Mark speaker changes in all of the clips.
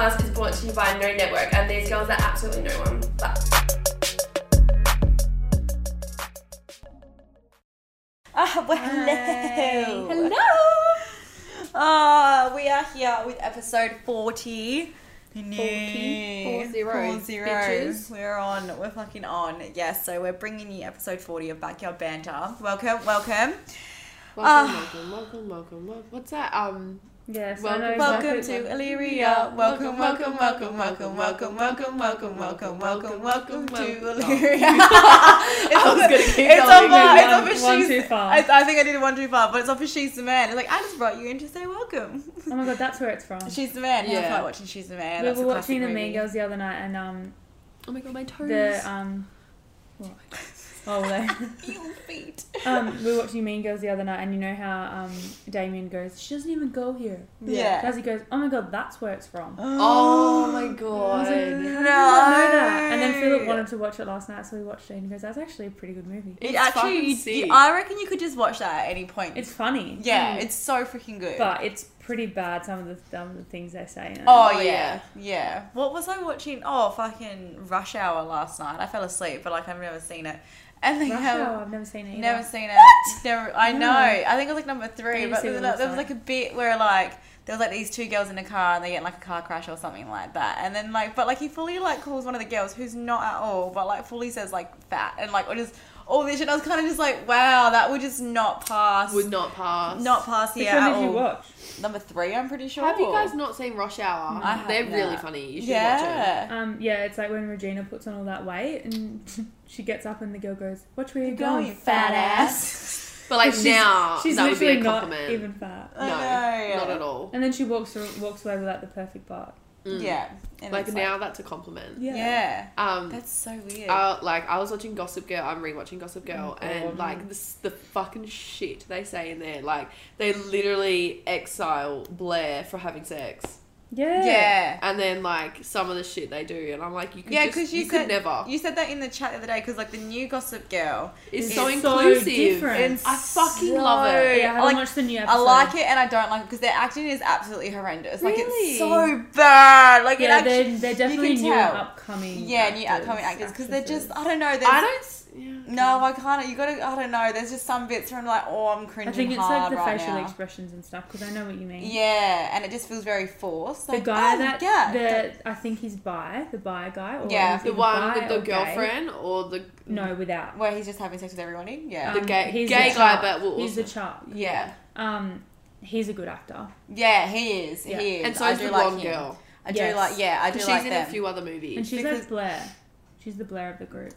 Speaker 1: actually by no network, and these girls are absolutely no one. But
Speaker 2: Ah, well, hello. Ah, we are here with episode 40.
Speaker 1: Forty. Four zero,
Speaker 2: Four zero.
Speaker 1: bitches.
Speaker 2: We're on. We're fucking on. Yes, so we're bringing you episode 40 of Backyard Banter. Welcome, welcome.
Speaker 3: Welcome,
Speaker 2: Ah.
Speaker 3: welcome, welcome, welcome, welcome. What's that? Um,
Speaker 1: yes,
Speaker 3: I know
Speaker 2: Welcome to Illyria. Welcome, welcome, welcome, welcome, welcome, welcome, welcome, welcome, welcome, welcome to Illyria. I
Speaker 3: was gonna keep
Speaker 2: It's
Speaker 3: going, but
Speaker 2: off a-
Speaker 3: one-
Speaker 2: it's off
Speaker 4: one
Speaker 2: a
Speaker 4: too
Speaker 2: she's.
Speaker 4: far.
Speaker 2: I I think I did one too far, but it's off a She's the Man. It's like, I just brought you in to say welcome.
Speaker 4: Oh my god, that's where it's from.
Speaker 2: She's the Man. Yeah. I
Speaker 3: Yeah.
Speaker 2: like watching She's the Man.
Speaker 4: we
Speaker 2: That's
Speaker 4: were
Speaker 2: a classic
Speaker 4: watching the
Speaker 2: movie.
Speaker 4: Mean Girls the other night, and um,
Speaker 3: oh my god, my toes.
Speaker 4: the
Speaker 1: uh,
Speaker 4: um, what? oh, they-
Speaker 2: Your feet.
Speaker 4: um, we were watching Mean Girls the other night, and you know how um, Damien goes, she doesn't even go here.
Speaker 2: Yeah.
Speaker 4: Dazzy goes, oh my god, that's where it's from.
Speaker 3: oh my
Speaker 4: I
Speaker 3: god.
Speaker 4: was like, "How did you not know that?" And then Philip wanted to watch it last night, so we watched it, and he goes, that's actually a pretty good movie.
Speaker 2: It
Speaker 3: It's
Speaker 2: actually,
Speaker 3: fucking
Speaker 2: you- you-
Speaker 3: sick.
Speaker 2: I reckon you could just watch that at any point.
Speaker 4: It's funny,
Speaker 2: yeah,
Speaker 3: Mm.
Speaker 2: it's so freaking good.
Speaker 4: but it's pretty bad. Some of the some of the things they say. In it.
Speaker 2: oh,
Speaker 3: Oh,
Speaker 2: yeah, yeah. What was I watching? Oh, fucking Rush Hour last night. I fell asleep, but like I've never seen it. And then
Speaker 4: Rush
Speaker 2: how-
Speaker 4: Hour, I've never seen it.
Speaker 2: Never
Speaker 4: either.
Speaker 2: seen it. Never. I
Speaker 4: No.
Speaker 2: know. I think it was like number three,
Speaker 4: need to
Speaker 2: but
Speaker 4: see
Speaker 2: there was,
Speaker 4: what it
Speaker 2: like, there was
Speaker 4: looks
Speaker 2: like a bit where like there was like these two girls in a car and they get in, like a car crash or something like that, and then like but like he fully like calls one of the girls who's not at all, but like fully says like fat and like or just all this shit. I was kind of just like, wow, that would just not pass.
Speaker 3: Would not pass.
Speaker 2: not pass
Speaker 4: Which
Speaker 2: here
Speaker 4: one
Speaker 2: at
Speaker 4: did you
Speaker 2: all.
Speaker 4: watch?
Speaker 2: Number three, I'm pretty sure.
Speaker 3: Have you guys not seen Rush Hour?
Speaker 2: I have
Speaker 3: They're really
Speaker 2: not.
Speaker 3: funny. You should watch
Speaker 2: yeah.
Speaker 4: Um, yeah, it's like when Regina puts on all that weight and she gets up and the girl goes, "Watch where you're
Speaker 2: Go,
Speaker 4: going,
Speaker 2: you fat ass.
Speaker 3: it. But like
Speaker 4: She's-
Speaker 3: now,
Speaker 4: She's
Speaker 3: that would be
Speaker 4: literally
Speaker 3: a
Speaker 4: not
Speaker 3: compliment.
Speaker 4: even fat.
Speaker 3: no,
Speaker 2: I know.
Speaker 3: not at all.
Speaker 4: And then she walks through, walks away with like the perfect butt.
Speaker 3: Mm.
Speaker 2: Yeah. And
Speaker 3: Like
Speaker 2: it's
Speaker 3: now, that's a compliment.
Speaker 2: Yeah.
Speaker 3: Um,
Speaker 2: That's so weird.
Speaker 4: Uh,
Speaker 3: I, like I was watching Gossip Girl. I'm rewatching Gossip Girl,
Speaker 4: Oh,
Speaker 3: and
Speaker 4: God.
Speaker 3: like this, the fucking shit they say in there. Like they literally exile Blair for having sex,
Speaker 4: Yeah.
Speaker 2: yeah.
Speaker 3: and then like some of the shit they do, and I'm like, you could
Speaker 2: Yeah,
Speaker 3: yeah,
Speaker 2: 'cause
Speaker 3: because
Speaker 2: you
Speaker 3: you, could
Speaker 2: said-
Speaker 3: never.
Speaker 2: You said that in the chat the other day because like the new Gossip Girl,
Speaker 3: it's,
Speaker 2: it's
Speaker 3: so
Speaker 4: so
Speaker 3: inclusive.
Speaker 4: different.
Speaker 2: and
Speaker 3: I fucking love it.
Speaker 4: Yeah, I haven't
Speaker 2: like,
Speaker 4: watched the new episode.
Speaker 2: I like it and I don't like it because their acting is absolutely horrendous. Like it's
Speaker 3: Really?
Speaker 2: so bad. Like
Speaker 4: Yeah,
Speaker 2: it actually,
Speaker 4: they're, they're
Speaker 2: you can
Speaker 4: definitely new
Speaker 2: tell.
Speaker 4: and upcoming.
Speaker 2: yeah, new
Speaker 4: actors,
Speaker 2: upcoming actors because they're just I don't know. There's,
Speaker 3: I don't. s- Yeah, okay.
Speaker 2: No, I can't. You gotta. I don't know. There's just some bits where I'm like, oh, I'm cringing
Speaker 4: I think it's like
Speaker 2: hard
Speaker 4: the
Speaker 2: right
Speaker 4: facial
Speaker 2: now.
Speaker 4: expressions and stuff because I know what you mean.
Speaker 2: Yeah, and it just feels very forced.
Speaker 4: The
Speaker 2: Like,
Speaker 4: guy
Speaker 2: oh,
Speaker 4: that
Speaker 2: yeah,
Speaker 4: the I think he's bi, the bi guy. Or
Speaker 2: Yeah.
Speaker 4: he's
Speaker 3: the
Speaker 4: either
Speaker 3: one
Speaker 4: bi
Speaker 3: with the
Speaker 4: or gay.
Speaker 3: girlfriend or the
Speaker 4: No, without.
Speaker 2: where he's just having sex with everybody. Yeah,
Speaker 3: The
Speaker 4: Um,
Speaker 3: gay-
Speaker 4: he's
Speaker 3: gay
Speaker 4: the
Speaker 3: guy,
Speaker 4: Chuck.
Speaker 3: but we'll
Speaker 4: he's the
Speaker 3: also-
Speaker 4: chart.
Speaker 2: yeah,
Speaker 4: Um, he's a good actor.
Speaker 2: yeah. He is.
Speaker 4: Yeah.
Speaker 2: He is.
Speaker 3: and so
Speaker 2: I
Speaker 3: is
Speaker 2: do
Speaker 3: the
Speaker 2: like
Speaker 3: blonde
Speaker 2: him.
Speaker 3: girl.
Speaker 2: I do
Speaker 4: Yes.
Speaker 2: like. Yeah, I do
Speaker 3: She's
Speaker 2: like
Speaker 3: in
Speaker 2: them.
Speaker 3: a few other
Speaker 4: And
Speaker 3: movies.
Speaker 4: she's
Speaker 2: because-
Speaker 4: like Blair. She's the Blair of the group.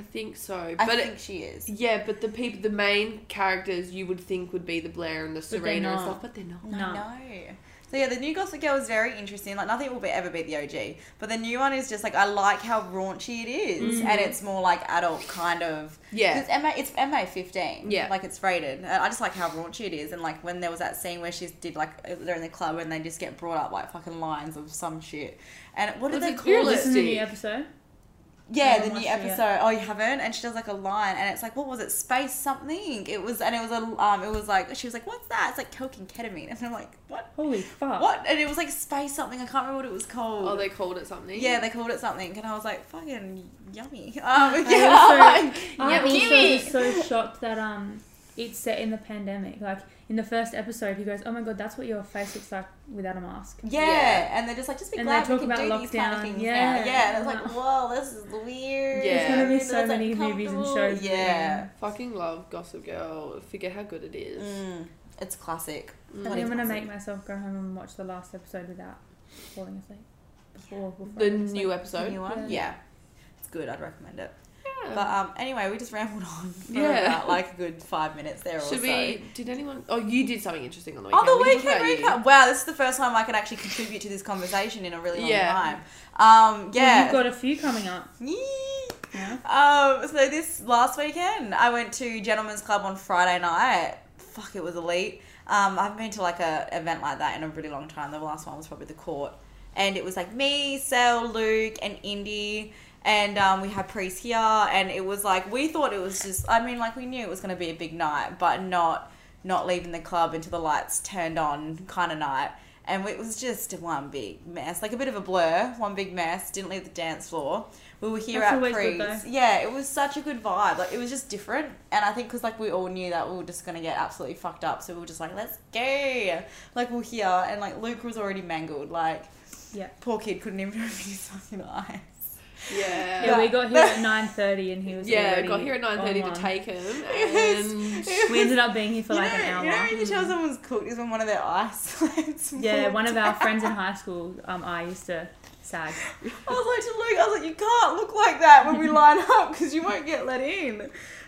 Speaker 3: I think so,
Speaker 2: I
Speaker 3: but it,
Speaker 2: think she is.
Speaker 3: yeah, but the people, the main characters you would think would be the Blair and the
Speaker 4: they're
Speaker 3: Serena and
Speaker 4: not.
Speaker 3: stuff, but they're not.
Speaker 2: No.
Speaker 4: No.
Speaker 2: So yeah, the new Gossip Girl is very interesting. Like nothing will be, ever be the OG, but the new one is just like I like how raunchy it is, and it's more like adult kind of.
Speaker 3: Mm-hmm. Yeah.
Speaker 2: 'Cause MA, it's MA fifteen.
Speaker 3: Yeah.
Speaker 2: like it's rated. And I just like how raunchy it is, and like when there was that scene where she did like they're in the club and they just get brought up like fucking lines of some shit. And what did
Speaker 3: What's
Speaker 2: they
Speaker 3: it
Speaker 2: call
Speaker 3: called?
Speaker 2: it?
Speaker 4: This is the new
Speaker 3: Realistic.
Speaker 4: episode.
Speaker 2: Yeah,
Speaker 4: haven't
Speaker 2: the new
Speaker 4: watched it yet.
Speaker 2: episode. Oh, you haven't? And she does like a line, and it's like, what was it? Space something. It was, and it was a, um, it was like she was like, what's that? It's like coke and ketamine, and I'm like, what?
Speaker 4: Holy fuck!
Speaker 2: What? And it was like space something. I can't remember what it was called.
Speaker 3: Oh, they called it something.
Speaker 2: yeah, they called it something, and I was like, fucking yummy. Um,
Speaker 4: I
Speaker 2: yeah,
Speaker 4: also-
Speaker 2: I'm like,
Speaker 4: I
Speaker 2: yummy.
Speaker 4: also was so shocked that um, it's set in the pandemic. Like in the first episode, he goes, "Oh my god, that's what your face looks like without a mask."
Speaker 2: yeah.
Speaker 3: Yeah.
Speaker 2: and they're just like, just be
Speaker 4: And they
Speaker 2: glad we
Speaker 4: talk
Speaker 2: can do
Speaker 4: about
Speaker 2: these kind of
Speaker 4: lockdown.
Speaker 2: things
Speaker 4: Yeah.
Speaker 2: now. Yeah, and I was like,
Speaker 4: Wow.
Speaker 2: whoa, this is weird.
Speaker 3: There's gonna
Speaker 4: be
Speaker 2: It's
Speaker 4: so many movies and
Speaker 2: uncomfortable.
Speaker 4: shows
Speaker 2: Yeah,
Speaker 3: Fucking love Gossip Girl. Forget how good it is. Mm.
Speaker 2: Mm, it's classic.
Speaker 4: I
Speaker 2: Bloody
Speaker 4: think I'm gonna
Speaker 2: classic.
Speaker 4: make myself go home and watch the last episode without falling asleep. Before, before
Speaker 3: The
Speaker 4: I'm asleep.
Speaker 3: new episode.
Speaker 2: The new one?
Speaker 4: Yeah.
Speaker 2: Yeah. It's good. I'd recommend it.
Speaker 3: Yeah.
Speaker 2: But um, anyway, we just rambled on for
Speaker 3: Yeah.
Speaker 2: about like a good five minutes there or
Speaker 3: Should
Speaker 2: so.
Speaker 3: we? Did anyone? Oh, you did something interesting on the
Speaker 2: On
Speaker 3: weekend.
Speaker 2: Oh, the
Speaker 3: We can talk
Speaker 2: weekend
Speaker 3: about you.
Speaker 2: recap. Wow, this is the first time I can actually contribute to this conversation in a really long
Speaker 3: Yeah.
Speaker 2: time. Um,
Speaker 4: Well,
Speaker 2: yeah.
Speaker 4: you've got a few coming up.
Speaker 2: Yee.
Speaker 4: Yeah.
Speaker 2: Um, so this last weekend, I went to Gentlemen's Club on Friday night. Fuck, it was elite. Um, I've been to like a event like that in a really long time. The last one was probably the court, and it was like me, Sel, Luke, and Indy, and um, we had Priest here, and it was like we thought it was just. I mean, like we knew it was going to be a big night, but not not leaving the club until the lights turned on kind of night. And it was just one big mess, like a bit of a blur, one big mess. Didn't leave the dance floor. We were here
Speaker 4: That's
Speaker 2: at
Speaker 4: always good,
Speaker 2: Prees.
Speaker 4: though.
Speaker 2: Yeah, it was such a good vibe. Like it was just different, and I think because like we all knew that we were just gonna get absolutely fucked up, so we were just like, let's go. Like we're here, and like Luke was already mangled. Like
Speaker 4: Yeah.
Speaker 2: poor kid couldn't even open his fucking eye.
Speaker 3: Yeah.
Speaker 4: Yeah, we got here at nine thirty, and he was
Speaker 3: Yeah,
Speaker 4: already
Speaker 3: got here at nine thirty
Speaker 4: on
Speaker 3: to
Speaker 4: one.
Speaker 3: take him,
Speaker 2: Yes.
Speaker 3: and
Speaker 4: We ended up being here for
Speaker 2: you
Speaker 4: like
Speaker 2: know,
Speaker 4: an hour.
Speaker 2: You know when you tell someone's cooked is when one of their ice slabs
Speaker 4: yeah,
Speaker 2: falls
Speaker 4: one of our
Speaker 2: down.
Speaker 4: friends in high school, um, I used to sag.
Speaker 2: I was like to Luke, I was like, you can't look like that when we line up because you won't get let in.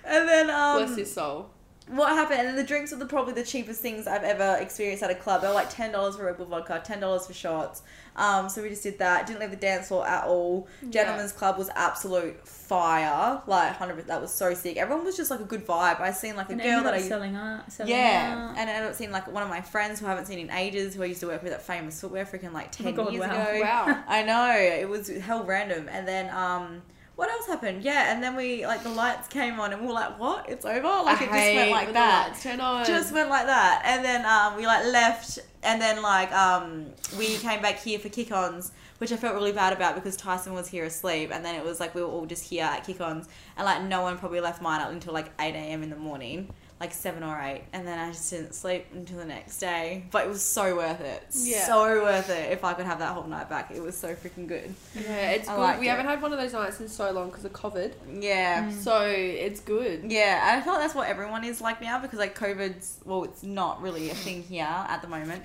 Speaker 2: And then um,
Speaker 3: bless his soul.
Speaker 2: what happened? And then the drinks were the, probably the cheapest things I've ever experienced at a club. They were like ten dollars for Red Bull vodka, ten dollars for shots. Um, so we just did that. Didn't leave the dance floor at all. Gentlemen's Club was absolute fire. Like hundred, that was so sick. Everyone was just like a good vibe. I seen like a
Speaker 4: And
Speaker 2: girl
Speaker 4: ended
Speaker 2: that
Speaker 4: up
Speaker 2: I
Speaker 4: selling out. Selling
Speaker 2: yeah,
Speaker 4: out.
Speaker 2: and I ended up seeing like one of my friends who I haven't seen in ages, who I used to work with at Famous Footwear, freaking like
Speaker 4: Oh my
Speaker 2: ten
Speaker 4: God,
Speaker 2: years
Speaker 4: wow.
Speaker 2: ago.
Speaker 3: Wow.
Speaker 2: I know it was hell random. And then um, what else happened? Yeah, and then we like the lights came on, and we were like, "What? It's over!" Like
Speaker 3: I
Speaker 2: it just
Speaker 3: hate
Speaker 2: went like
Speaker 3: when the
Speaker 2: that.
Speaker 3: lights Turn on.
Speaker 2: Just went like that, and then um, we like left, and then like um, we came back here for kick-ons, which I felt really bad about because Tyson was here asleep, and then it was like we were all just here at kick-ons, and like no one probably left mine up until like eight a.m. in the morning, like seven or eight, and then I just didn't sleep until the next day. But it was so worth it,
Speaker 3: Yeah.
Speaker 2: so worth it. If I could have that whole night back, it was so freaking good.
Speaker 3: yeah, it's
Speaker 2: I
Speaker 3: good.
Speaker 2: liked
Speaker 3: we
Speaker 2: it. Mm.
Speaker 3: haven't had one of those nights in so long because of COVID,
Speaker 2: Yeah.
Speaker 3: so it's good.
Speaker 2: Yeah, I feel like that's what everyone is like now because like COVID's well, it's not really a thing here at the moment.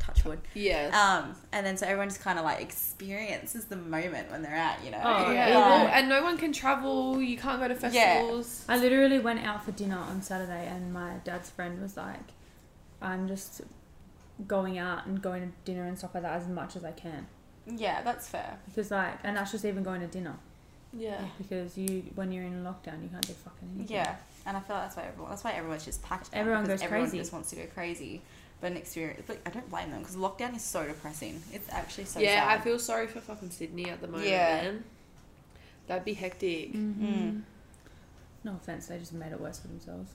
Speaker 2: Touch wood.
Speaker 3: Yeah.
Speaker 2: Um, and then so everyone just kind of like experiences the moment when they're out, you know.
Speaker 4: Oh,
Speaker 3: yeah.
Speaker 4: yeah.
Speaker 3: Well, and no one can travel. You can't go to festivals.
Speaker 4: I literally went out for dinner on Saturday, and my dad's friend was like, "I'm just going out and going to dinner and stuff like that as much as I can."
Speaker 2: Yeah, that's fair.
Speaker 4: Because like, and that's just even going to dinner.
Speaker 3: Yeah.
Speaker 4: Because you, when you're in lockdown, you can't do fucking anything.
Speaker 2: Yeah, and I feel like that's why everyone. That's why everyone's just packed. now,
Speaker 4: Everyone
Speaker 2: because
Speaker 4: goes
Speaker 2: everyone
Speaker 4: crazy.
Speaker 2: Just wants to go crazy, but an experience. But I don't blame them because lockdown is so depressing. It's actually so.
Speaker 3: yeah,
Speaker 2: sad.
Speaker 3: I feel sorry for fucking Sydney at the moment.
Speaker 2: Yeah. Mm.
Speaker 3: man. That'd be hectic.
Speaker 4: Mhm. No offense, they just made it worse for themselves.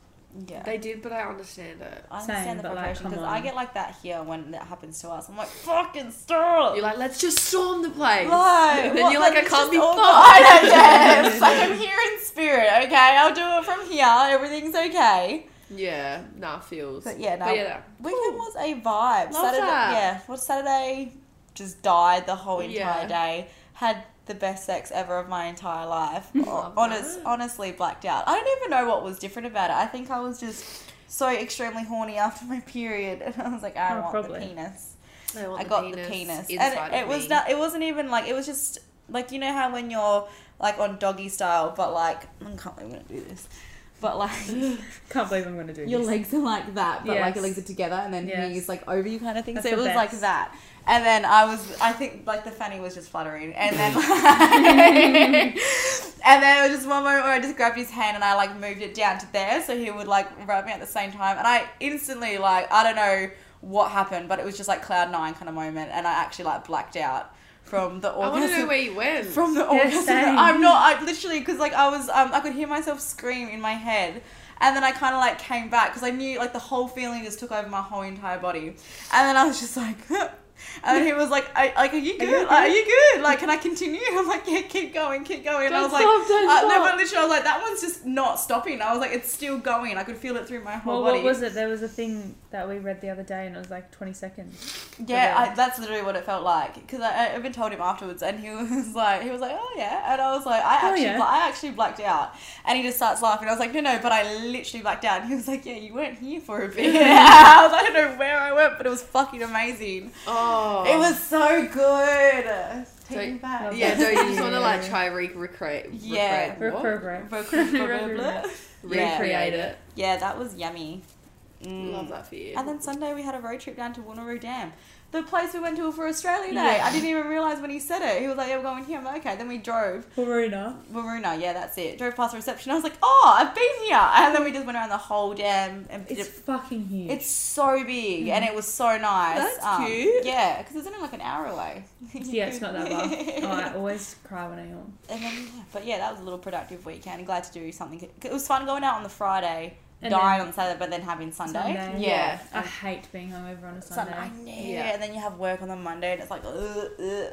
Speaker 2: yeah.
Speaker 3: They did, but I understand it.
Speaker 2: I
Speaker 4: Same,
Speaker 2: understand the
Speaker 4: but, like,
Speaker 2: preparation
Speaker 4: come
Speaker 2: because
Speaker 4: on.
Speaker 2: I get like that here when that happens to us. I'm like, fucking stop.
Speaker 3: You're like, let's just storm the place.
Speaker 2: Why?
Speaker 3: And then
Speaker 2: What-
Speaker 3: you're like, I
Speaker 2: it's
Speaker 3: can't
Speaker 2: just
Speaker 3: be
Speaker 2: all-
Speaker 3: fucked.
Speaker 2: I don't care. It's like I'm here in spirit, okay? I'll do it from here. Everything's okay.
Speaker 3: Yeah, nah, feels.
Speaker 2: But yeah, no.
Speaker 3: But yeah,
Speaker 2: Weekend was a vibe.
Speaker 3: Love
Speaker 2: Saturday,
Speaker 3: that.
Speaker 2: yeah. Well, Saturday just died the whole entire
Speaker 3: Yeah.
Speaker 2: day. Had the best sex ever of my entire life.
Speaker 3: Love
Speaker 2: Honest,
Speaker 3: that.
Speaker 2: honestly, blacked out. I don't even know what was different about it. I think I was just so extremely horny after my period, and I was like, I
Speaker 4: Oh,
Speaker 2: want
Speaker 4: probably.
Speaker 2: the penis.
Speaker 3: I, want
Speaker 2: I got the penis,
Speaker 3: inside
Speaker 2: and it,
Speaker 3: of
Speaker 2: was
Speaker 3: me.
Speaker 2: not. It wasn't even like it was just like you know how when you're like on doggy style, but like I can't believe I'm gonna do this, but like
Speaker 4: Can't believe I'm gonna do
Speaker 2: your
Speaker 4: this.
Speaker 2: legs are like that, but like
Speaker 4: Yes.
Speaker 2: your legs are together, and then
Speaker 4: Yes.
Speaker 2: he's like over you kind of thing.
Speaker 4: That's
Speaker 2: so it
Speaker 4: the
Speaker 2: was like
Speaker 4: best.
Speaker 2: that, and then I was, I think like the fanny was just fluttering, and then like, and then it was just one moment where I just grabbed his hand and I like moved it down to there, so he would like rub me at the same time, and I instantly like I don't know what happened, but it was just like cloud nine kind of moment, and I actually like blacked out from the
Speaker 3: I want to know
Speaker 2: orgasm
Speaker 3: where you went.
Speaker 2: from the
Speaker 4: Yeah,
Speaker 2: orgasm.
Speaker 4: same.
Speaker 2: I'm not. I literally because like I was, um, I could hear myself scream in my head, and then I kind of like came back because I knew like the whole feeling just took over my whole entire body, and then I was just like. And then he was like, I, like, are you good? Like, Are you good? Like, can I continue? I'm like, yeah, keep going, keep going. And I
Speaker 3: Don't
Speaker 2: was like,
Speaker 3: stop, don't
Speaker 2: uh, no,
Speaker 3: stop.
Speaker 2: but literally, I was like, that one's just not stopping. I was like, it's still going. I could feel it through my
Speaker 4: well,
Speaker 2: whole body.
Speaker 4: what was it? There was a thing that we read the other day, and it was like 20 seconds.
Speaker 2: Yeah,
Speaker 4: Okay.
Speaker 2: I, that's literally what it felt like. Because I, I even told him afterwards, and he was like, he was like, oh yeah, and I was like, I
Speaker 4: Oh,
Speaker 2: actually,
Speaker 4: yeah.
Speaker 2: bla- I actually blacked out, and he just starts laughing. I was like, no, no, but I literally blacked out. And he was like, yeah, you weren't here for a bit. I was like, I don't know where I went, but it was fucking amazing.
Speaker 3: Oh.
Speaker 2: It was so good. Take
Speaker 3: So-
Speaker 2: me back.
Speaker 3: Yeah, no, you just want to like
Speaker 4: Yeah.
Speaker 3: try re- recreate.
Speaker 2: Yeah.
Speaker 3: recreate what?
Speaker 4: Reprograde.
Speaker 2: Yeah.
Speaker 3: Recreate it.
Speaker 2: Yeah, that was yummy. Mm.
Speaker 3: Love that for you.
Speaker 2: And then Sunday we had a road trip down to Woonaroo Dam, the place we went to for Australia Day.
Speaker 4: Yeah.
Speaker 2: I didn't even realize when he said it. He was like, "Yeah, we're going here." I'm like, "Okay." Then we drove
Speaker 4: Corona.
Speaker 2: Woonaroo. Yeah, that's it. Drove past the reception. I was like, "Oh, I've been here." And then we just went around the whole dam. And
Speaker 4: It's fucking huge.
Speaker 2: it's so big, and it was so nice. Um,
Speaker 3: That's cute.
Speaker 2: Yeah, because it's only like an hour away.
Speaker 4: yeah, it's not that far. oh, I always cry when I yawn.
Speaker 2: And then, yeah, but yeah, that was a little productive weekend. Glad to do something. It was fun going out on the Friday
Speaker 4: And
Speaker 2: dying
Speaker 4: then-
Speaker 2: on Saturday, but then having Sunday.
Speaker 4: Sunday.
Speaker 3: Yeah.
Speaker 4: I hate being hungover on a
Speaker 2: Sunday.
Speaker 4: Sunday.
Speaker 2: I know.
Speaker 3: Yeah.
Speaker 2: And then you have work on the Monday, and it's like, ugh, ugh.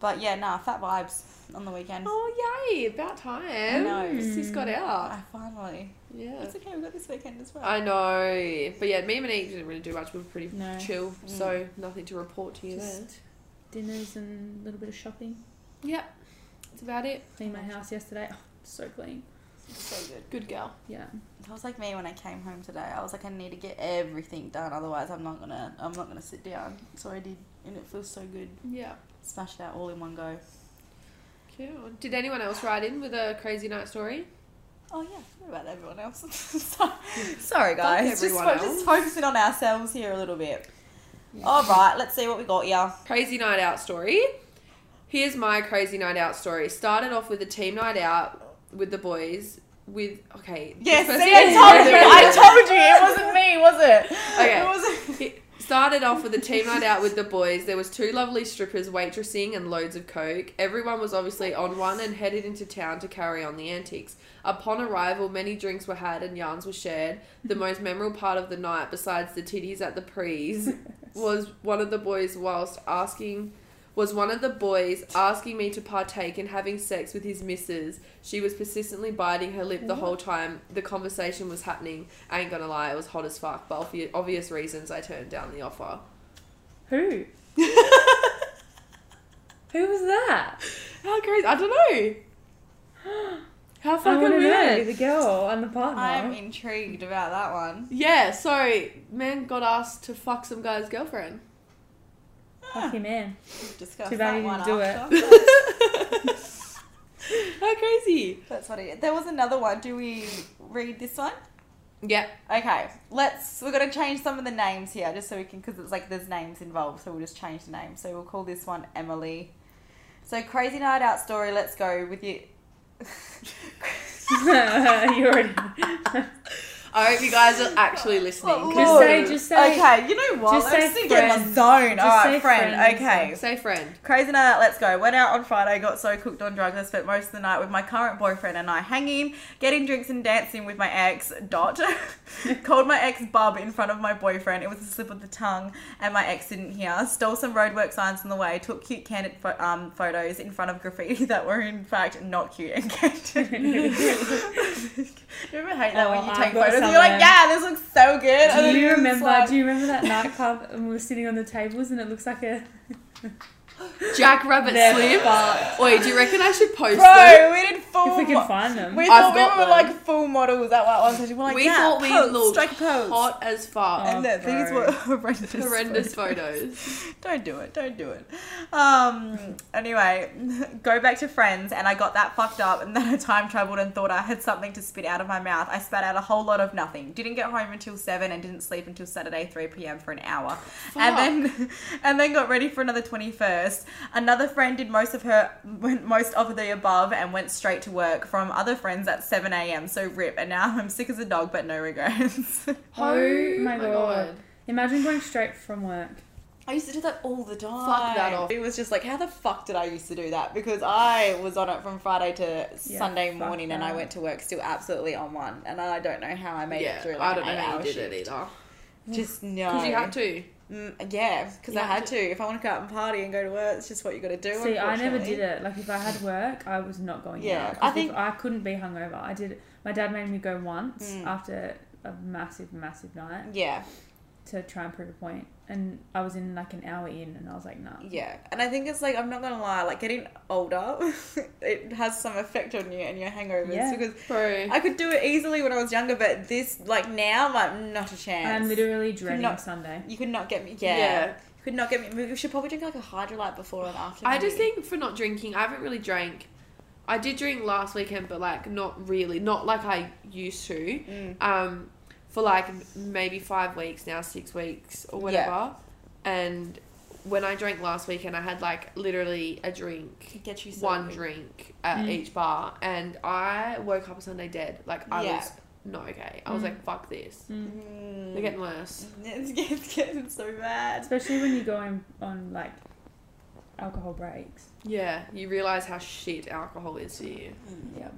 Speaker 2: but yeah, nah, fat vibes on the weekend.
Speaker 3: Oh yay! About time.
Speaker 2: I know.
Speaker 3: Sis got out.
Speaker 2: I finally.
Speaker 3: Yeah.
Speaker 2: It's okay. We got this weekend as well.
Speaker 3: I know, but yeah, me and Monique didn't really do much. We were pretty
Speaker 4: No.
Speaker 3: chill,
Speaker 2: Mm.
Speaker 3: so nothing to report to you there.
Speaker 4: Just dinners and a little bit of shopping.
Speaker 3: Yep, that's about it.
Speaker 4: Cleaned my house yesterday. Oh, so clean.
Speaker 2: so good.
Speaker 3: Good girl.
Speaker 4: Yeah.
Speaker 2: That was like me when I came home today. I was like, I need to get everything done, otherwise I'm not gonna, I'm not gonna sit down. So I did, and it feels so good.
Speaker 3: Yeah.
Speaker 2: Smashed out all in one go.
Speaker 3: Cool. Did anyone else write in with a crazy night story?
Speaker 2: Oh yeah, sorry about everyone else. So- sorry guys, just,
Speaker 3: everyone
Speaker 2: fo- just
Speaker 3: else.
Speaker 2: focusing on ourselves here a little bit. All right, let's see what we got here.
Speaker 3: Crazy night out story. Here's my crazy night out story. Started off with a team night out with the boys. With okay.
Speaker 2: Yes,
Speaker 3: this
Speaker 2: see,
Speaker 3: person-
Speaker 2: I told you, I told you, it wasn't me, was it?
Speaker 3: Okay.
Speaker 2: It wasn't.
Speaker 3: He started off with a team night out with the boys. There was two lovely strippers waitressing and loads of coke. Everyone was obviously on one and headed into town to carry on the antics. Upon arrival, many drinks were had and yarns were shared. The most memorable part of the night, besides the titties at the prees, was one of the boys whilst asking was one of the boys asking me to partake in having sex with his missus. She was persistently biting her lip the whole time the conversation was happening. I ain't gonna lie, it was hot as fuck, but for obvious reasons, I turned down the offer.
Speaker 4: Who? Who was that?
Speaker 3: How crazy! I don't know. How
Speaker 4: I
Speaker 3: fucking
Speaker 4: want to know.
Speaker 3: weird.
Speaker 4: The girl on the partner.
Speaker 2: I'm intrigued about that one.
Speaker 3: Yeah, so man got asked to fuck some guy's girlfriend.
Speaker 4: Fuck him in.
Speaker 2: Discuss
Speaker 4: Too bad
Speaker 2: that
Speaker 4: you
Speaker 2: one
Speaker 4: didn't do it.
Speaker 2: after.
Speaker 3: How crazy.
Speaker 2: That's what it is. There was another one. Do we read this one?
Speaker 3: Yeah.
Speaker 2: Okay, let's. We're gonna change some of the names here, just so we can, because it's like there's names involved, so we'll just change the name. So we'll call this one Emily. So crazy night out story. Let's go with you.
Speaker 4: you already.
Speaker 3: I hope you guys are actually listening. 'cause-
Speaker 4: Just say, just say.
Speaker 2: okay, you know what?
Speaker 4: just
Speaker 2: Let's
Speaker 4: say
Speaker 2: just get in my
Speaker 4: friend.
Speaker 2: zone.
Speaker 4: Just
Speaker 2: All right,
Speaker 4: say
Speaker 2: friend.
Speaker 4: friend.
Speaker 2: Okay.
Speaker 3: Say friend.
Speaker 2: Crazy night, out, let's go. Went out on Friday, got so cooked on drugs, I spent most of the night with my current boyfriend and I hanging, getting drinks and dancing with my ex, Dot. Called my ex Bub in front of my boyfriend. It was a slip of the tongue and my ex didn't hear. Stole some roadwork signs on the way, took cute candid pho- um, photos in front of graffiti that were in fact not cute and candid. you ever hate that when
Speaker 4: Oh,
Speaker 2: you
Speaker 4: I've
Speaker 2: take
Speaker 4: got
Speaker 2: photos and
Speaker 4: some
Speaker 2: you're like,
Speaker 4: of them.
Speaker 2: yeah, this looks so good. And then
Speaker 4: Do you
Speaker 2: you're just
Speaker 4: remember?
Speaker 2: like-
Speaker 4: Do you remember that nightclub and we were sitting on the tables and it looks like a
Speaker 3: Jack Rabbit
Speaker 4: Never.
Speaker 3: Slim. Wait, do you reckon I should post them?
Speaker 2: Bro, we did full.
Speaker 4: if we
Speaker 2: mo-
Speaker 4: can find them.
Speaker 2: Oh, We
Speaker 3: I've
Speaker 2: thought we
Speaker 3: got
Speaker 2: were
Speaker 3: them.
Speaker 2: like full models at that one session. We're like,
Speaker 3: we
Speaker 2: yeah,
Speaker 3: thought we
Speaker 2: pose,
Speaker 3: looked
Speaker 2: strike a pose.
Speaker 3: hot as fuck.
Speaker 4: Oh,
Speaker 2: and then these
Speaker 4: bro.
Speaker 2: were horrendous.
Speaker 3: Horrendous
Speaker 2: photos.
Speaker 3: photos.
Speaker 2: Don't do it. Don't do it. Um. Anyway, go back to friends, and I got that fucked up, and then I time traveled and thought I had something to spit out of my mouth. I spat out a whole lot of nothing. Didn't get home until seven, and didn't sleep until Saturday three p.m. for an hour, and then and then got ready for another twenty first. Another friend did most of her went most of the above and went straight to work from other friends at seven a.m. So rip, and now I'm sick as a dog, but no regrets.
Speaker 4: Oh my God. Imagine going straight from work.
Speaker 2: I used to do that all the time.
Speaker 3: Fuck that off.
Speaker 2: It was just like, how the fuck did I used to do that? Because I was on it from Friday to
Speaker 4: Yeah,
Speaker 2: Sunday
Speaker 4: fuck
Speaker 2: morning, and I
Speaker 4: that.
Speaker 2: went to work still absolutely on one. And I don't know how I made
Speaker 3: Yeah,
Speaker 2: it through. Like
Speaker 3: I don't
Speaker 2: an
Speaker 3: know how
Speaker 2: eight-hour
Speaker 3: you did
Speaker 2: shift.
Speaker 3: it either.
Speaker 2: Just no.
Speaker 3: Because you had to.
Speaker 2: Mm, yeah, because
Speaker 3: You
Speaker 2: I
Speaker 3: had
Speaker 2: had to.
Speaker 3: to.
Speaker 2: If I want to go out and party and go to work, it's just what you got to do.
Speaker 4: See, I never
Speaker 2: unfortunately.
Speaker 4: did it. Like if I had work, I was not going
Speaker 2: Yeah,
Speaker 4: out. 'Cause
Speaker 2: I
Speaker 4: if-
Speaker 2: think-
Speaker 4: I couldn't be hungover. I did. My dad made me go once
Speaker 2: Mm.
Speaker 4: after a massive, massive night
Speaker 2: Yeah,
Speaker 4: to try and prove a point, and I was in like an hour in, and I was like, nah.
Speaker 2: yeah. And I think it's like, I'm not going to lie, like getting older, it has some effect on you and your hangovers.
Speaker 4: Yeah.
Speaker 2: Because
Speaker 3: Bro.
Speaker 2: I could do it easily when I was younger, but this, like now, I'm like, not a chance.
Speaker 4: I'm literally dreading
Speaker 2: not-
Speaker 4: Sunday.
Speaker 2: You could not get me. Yeah.
Speaker 3: Yeah.
Speaker 2: You could not get me. We should probably drink like a hydrolyte before and after.
Speaker 3: I
Speaker 2: maybe.
Speaker 3: just think for not drinking, I haven't really drank. I did drink last weekend, but like not really, not like I used to.
Speaker 2: Mm.
Speaker 3: Um, for like m- maybe five weeks now, six weeks or
Speaker 2: Yeah.
Speaker 3: whatever. And when I drank last weekend, I had like literally a drink,
Speaker 2: Could get you so
Speaker 3: one
Speaker 2: good.
Speaker 3: drink at
Speaker 4: Mm.
Speaker 3: each bar, and I woke up Sunday dead. Like I
Speaker 2: Yeah.
Speaker 3: was not okay. I was
Speaker 4: Mm.
Speaker 3: like, fuck this.
Speaker 4: Mm.
Speaker 2: Mm.
Speaker 3: They're getting worse.
Speaker 2: It's, get- it's getting so bad.
Speaker 4: Especially when you're going on like alcohol breaks.
Speaker 3: Yeah, you realize how shit alcohol is for you.
Speaker 4: Yep.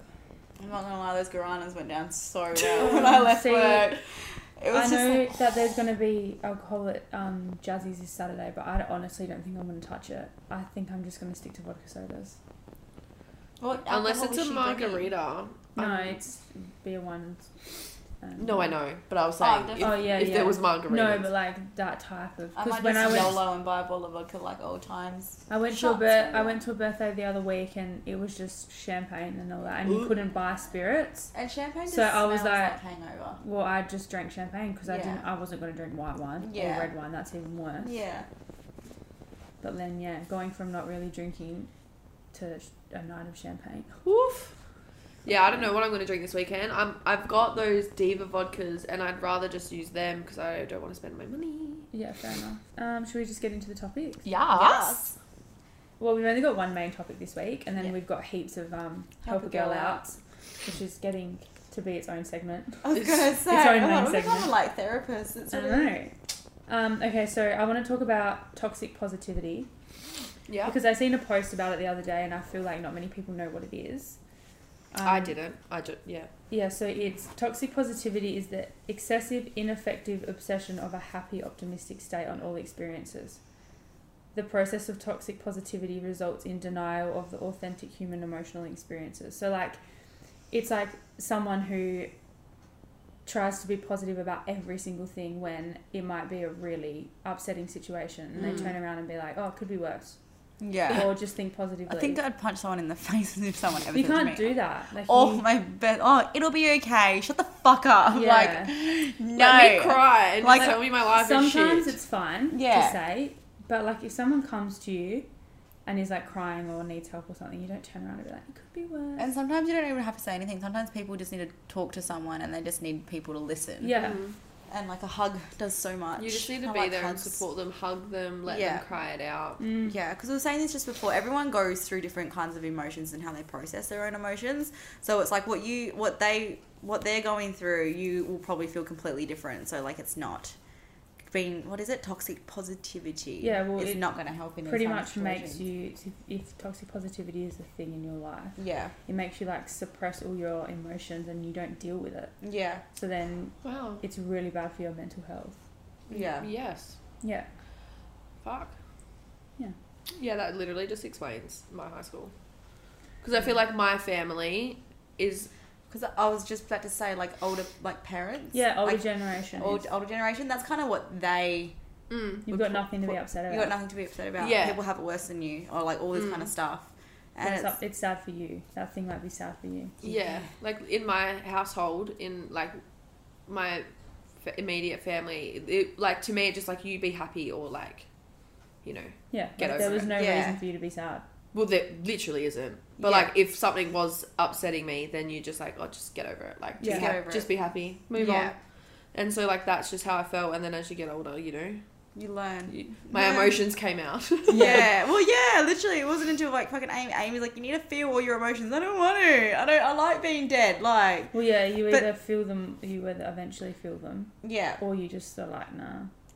Speaker 2: I'm not gonna lie, those guaranas went down so well when I left
Speaker 4: See,
Speaker 2: work. It was
Speaker 4: I
Speaker 2: just
Speaker 4: know
Speaker 2: like,
Speaker 4: that there's going to be, I'll call it um, Jazzy's this Saturday, but I honestly don't think I'm going to touch it. I think I'm just going to stick to vodka sodas.
Speaker 2: what
Speaker 3: Unless
Speaker 2: alcohol
Speaker 3: it's
Speaker 2: was
Speaker 3: a
Speaker 2: she bringing?
Speaker 3: margarita.
Speaker 4: No,
Speaker 3: Um,
Speaker 4: it's beer one. Um,
Speaker 3: No, I know, but I was
Speaker 2: Oh,
Speaker 3: saying if,
Speaker 2: definitely.
Speaker 4: Oh, yeah,
Speaker 3: if
Speaker 4: yeah.
Speaker 3: there was margarita.
Speaker 4: No, but like that type of.
Speaker 2: I
Speaker 4: Because
Speaker 2: might
Speaker 4: when I
Speaker 2: just
Speaker 4: went,
Speaker 2: YOLO and buy a bottle of vodka like old times.
Speaker 4: I went to a
Speaker 2: shots,
Speaker 4: bir-
Speaker 2: yeah.
Speaker 4: I went to a birthday the other week and it was just champagne and all that, and
Speaker 3: Ooh.
Speaker 4: you couldn't buy spirits.
Speaker 2: And champagne just
Speaker 4: So I was
Speaker 2: smells
Speaker 4: like-
Speaker 2: hangover.
Speaker 4: Well, I just drank champagne because I
Speaker 2: Yeah.
Speaker 4: didn't. I wasn't going to drink white wine
Speaker 2: Yeah.
Speaker 4: or red wine. That's even worse.
Speaker 2: Yeah.
Speaker 4: But then, yeah, going from not really drinking to sh- a night of champagne.
Speaker 3: Woof. Yeah, I don't know what I'm going to drink this weekend. I'm, I've got those Diva vodkas, and I'd rather just use them because I don't want to spend my money.
Speaker 4: Yeah, fair enough. Um, should we just get into the topics?
Speaker 2: Yes.
Speaker 4: Well, we've only got one main topic this week, and then
Speaker 2: Yeah.
Speaker 4: we've got heaps of um, help, a girl, out, which is getting to be its own segment.
Speaker 2: I was
Speaker 3: It's-
Speaker 2: gonna say,
Speaker 4: own
Speaker 2: I'm
Speaker 4: main
Speaker 2: like, we're
Speaker 4: segment.
Speaker 2: kind of like therapists. It's
Speaker 4: I
Speaker 2: really
Speaker 4: don't know. Um, okay, so I want to talk about toxic positivity
Speaker 3: Yeah.
Speaker 4: because I seen a post about it the other day, and I feel like not many people know what it is. Um,
Speaker 3: I didn't. I just, yeah.
Speaker 4: Yeah, so it's toxic positivity is the excessive, ineffective obsession of a happy, optimistic state on all experiences. The process of toxic positivity results in denial of the authentic human emotional experiences. So, like, it's like someone who tries to be positive about every single thing when it might be a really upsetting situation, and
Speaker 2: Mm.
Speaker 4: they turn around and be like, "Oh, it could be worse,"
Speaker 2: Yeah.
Speaker 4: or just think positively.
Speaker 2: I think I'd punch someone in the face if someone ever
Speaker 4: you
Speaker 2: said to
Speaker 4: can't
Speaker 2: me,
Speaker 4: do that. Like,
Speaker 2: Oh
Speaker 4: you-
Speaker 2: my best! Oh, it'll be okay. Shut the fuck up!
Speaker 4: Yeah.
Speaker 2: Like, no.
Speaker 3: Let me cry and
Speaker 2: Like,
Speaker 3: like, tell me my life
Speaker 4: sometimes
Speaker 3: is shit.
Speaker 4: it's fine
Speaker 2: Yeah.
Speaker 4: to say, but like if someone comes to you and is like crying or needs help or something, you don't turn around and be like, it could be worse.
Speaker 2: And sometimes you don't even have to say anything. Sometimes people just need to talk to someone, and they just need people to listen.
Speaker 4: yeah,
Speaker 3: Mm.
Speaker 2: And like a hug does so much.
Speaker 3: You just need to
Speaker 2: I
Speaker 3: be
Speaker 2: like
Speaker 3: there
Speaker 2: hugs.
Speaker 3: and support them, hug them, let
Speaker 2: Yeah.
Speaker 3: them cry it out.
Speaker 4: Mm.
Speaker 2: Yeah, because we were saying this just before. Everyone goes through different kinds of emotions and how they process their own emotions. So it's like what you, what they, what they're going through, you will probably feel completely different. So like it's not being what is it toxic positivity.
Speaker 4: Yeah, well,
Speaker 2: it's
Speaker 4: it
Speaker 2: not going to help in those
Speaker 4: pretty
Speaker 2: kind of
Speaker 4: much makes
Speaker 2: situations.
Speaker 4: you. If, if toxic positivity is a thing in your life,
Speaker 2: Yeah,
Speaker 4: it makes you like suppress all your emotions and you don't deal with it.
Speaker 2: yeah,
Speaker 4: So then
Speaker 3: Wow.
Speaker 4: it's really bad for your mental health.
Speaker 2: yeah.
Speaker 3: Yes.
Speaker 4: Yeah,
Speaker 3: Fuck.
Speaker 4: Yeah.
Speaker 3: Yeah, that literally just explains my high school. Because I feel like my family is
Speaker 2: Because I was just about to say like older like parents.
Speaker 4: yeah, older
Speaker 2: like,
Speaker 4: generation.
Speaker 2: old, older generation. That's kind of what they.
Speaker 3: mm,
Speaker 4: You've
Speaker 2: would
Speaker 4: got
Speaker 2: put-
Speaker 4: nothing to be
Speaker 2: put-
Speaker 4: upset
Speaker 2: You got
Speaker 4: about.
Speaker 2: nothing to be upset about.
Speaker 3: Yeah.
Speaker 2: People have it worse than you, or like all this
Speaker 3: Mm.
Speaker 2: kind of stuff. And
Speaker 4: It's,
Speaker 2: it's,
Speaker 4: up- it's sad for you. That thing might be sad for you.
Speaker 3: Yeah, like in my household, in like my f- immediate family, it, like to me, it's just like you be happy or like, you know,
Speaker 4: Yeah,
Speaker 3: Get
Speaker 4: like,
Speaker 3: over
Speaker 4: there was
Speaker 3: it.
Speaker 4: no
Speaker 2: Yeah.
Speaker 4: reason for you to be sad.
Speaker 3: well, there literally isn't. But
Speaker 2: Yeah.
Speaker 3: like, if something was upsetting me, then you just like, oh, just get over it. Like, just,
Speaker 4: Yeah.
Speaker 3: get
Speaker 2: Get over
Speaker 3: just
Speaker 2: it.
Speaker 3: be happy, move
Speaker 2: Yeah.
Speaker 3: on. And so like that's just how I felt. And then as you get older, you know,
Speaker 2: you learn.
Speaker 3: you, my
Speaker 2: Yeah.
Speaker 3: emotions came out.
Speaker 2: yeah. Well, yeah. Literally, it wasn't until like fucking Amy. Amy's like, you need to feel all your emotions. I don't want to. I don't. I like being dead. Like,
Speaker 4: Well, yeah, you
Speaker 2: But-
Speaker 4: either feel them, you either eventually feel them,
Speaker 2: yeah.
Speaker 4: or you just are like, nah.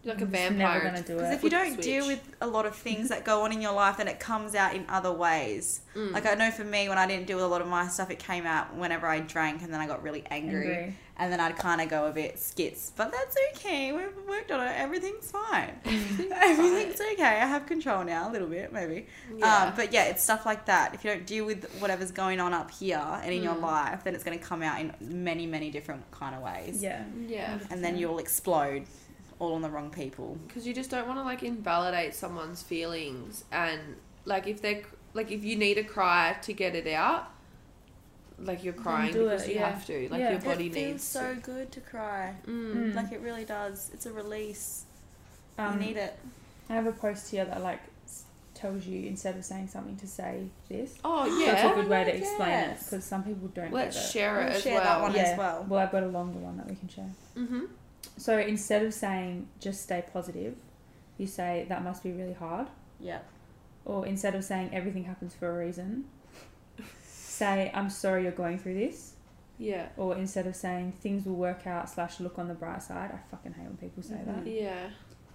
Speaker 3: You're like a
Speaker 4: I'm just
Speaker 3: vampire.
Speaker 4: Never gonna do
Speaker 2: Because
Speaker 4: it.
Speaker 2: if you
Speaker 3: Flip
Speaker 2: don't
Speaker 3: the
Speaker 2: deal
Speaker 3: switch.
Speaker 2: with a lot of things that go on in your life, then it comes out in other ways.
Speaker 3: Mm.
Speaker 2: Like I know for me, when I didn't deal with a lot of my stuff, it came out whenever I drank, and then I got really angry,
Speaker 4: Angry.
Speaker 2: and then I'd kind of go a bit skits. But that's okay. We've worked on it. Everything's fine. Everything's okay. I have control now, a little bit maybe. Um,
Speaker 3: Yeah.
Speaker 2: but yeah, it's stuff like that. If you don't deal with whatever's going on up here and in your
Speaker 3: Mm.
Speaker 2: life, then it's going to come out in many, many different kind of ways.
Speaker 4: Yeah.
Speaker 3: yeah.
Speaker 2: And then you'll explode all on the wrong people.
Speaker 3: because you just don't want to like invalidate someone's feelings and like if they're like if you need to cry to get it out like you're crying
Speaker 4: do
Speaker 3: because
Speaker 4: it,
Speaker 3: you
Speaker 4: yeah.
Speaker 3: have to like
Speaker 4: Yeah.
Speaker 3: your body
Speaker 2: it feels
Speaker 3: needs
Speaker 2: so good to cry.
Speaker 3: to. Mm.
Speaker 4: Mm.
Speaker 2: Like it really does. It's a release.
Speaker 4: Um,
Speaker 2: you need it.
Speaker 4: I have a post here that like s- tells you instead of saying something to say this.
Speaker 3: oh
Speaker 4: That's a
Speaker 3: yeah
Speaker 4: good way to
Speaker 2: Oh,
Speaker 4: explain it
Speaker 2: yes.
Speaker 4: because some people don't get
Speaker 3: let's
Speaker 4: it.
Speaker 3: share it
Speaker 2: We'll
Speaker 3: as
Speaker 2: share that
Speaker 3: well
Speaker 2: one
Speaker 4: yeah.
Speaker 2: as well.
Speaker 4: Well, I've got a longer one that we can share.
Speaker 3: mm-hmm.
Speaker 4: So instead of saying just stay positive, you say that must be really hard.
Speaker 2: Yeah.
Speaker 4: Or instead of saying everything happens for a reason, say I'm sorry you're going through this.
Speaker 3: yeah
Speaker 4: Or instead of saying things will work out slash look on the bright side, I fucking hate when people say that.
Speaker 2: Mhm.
Speaker 3: yeah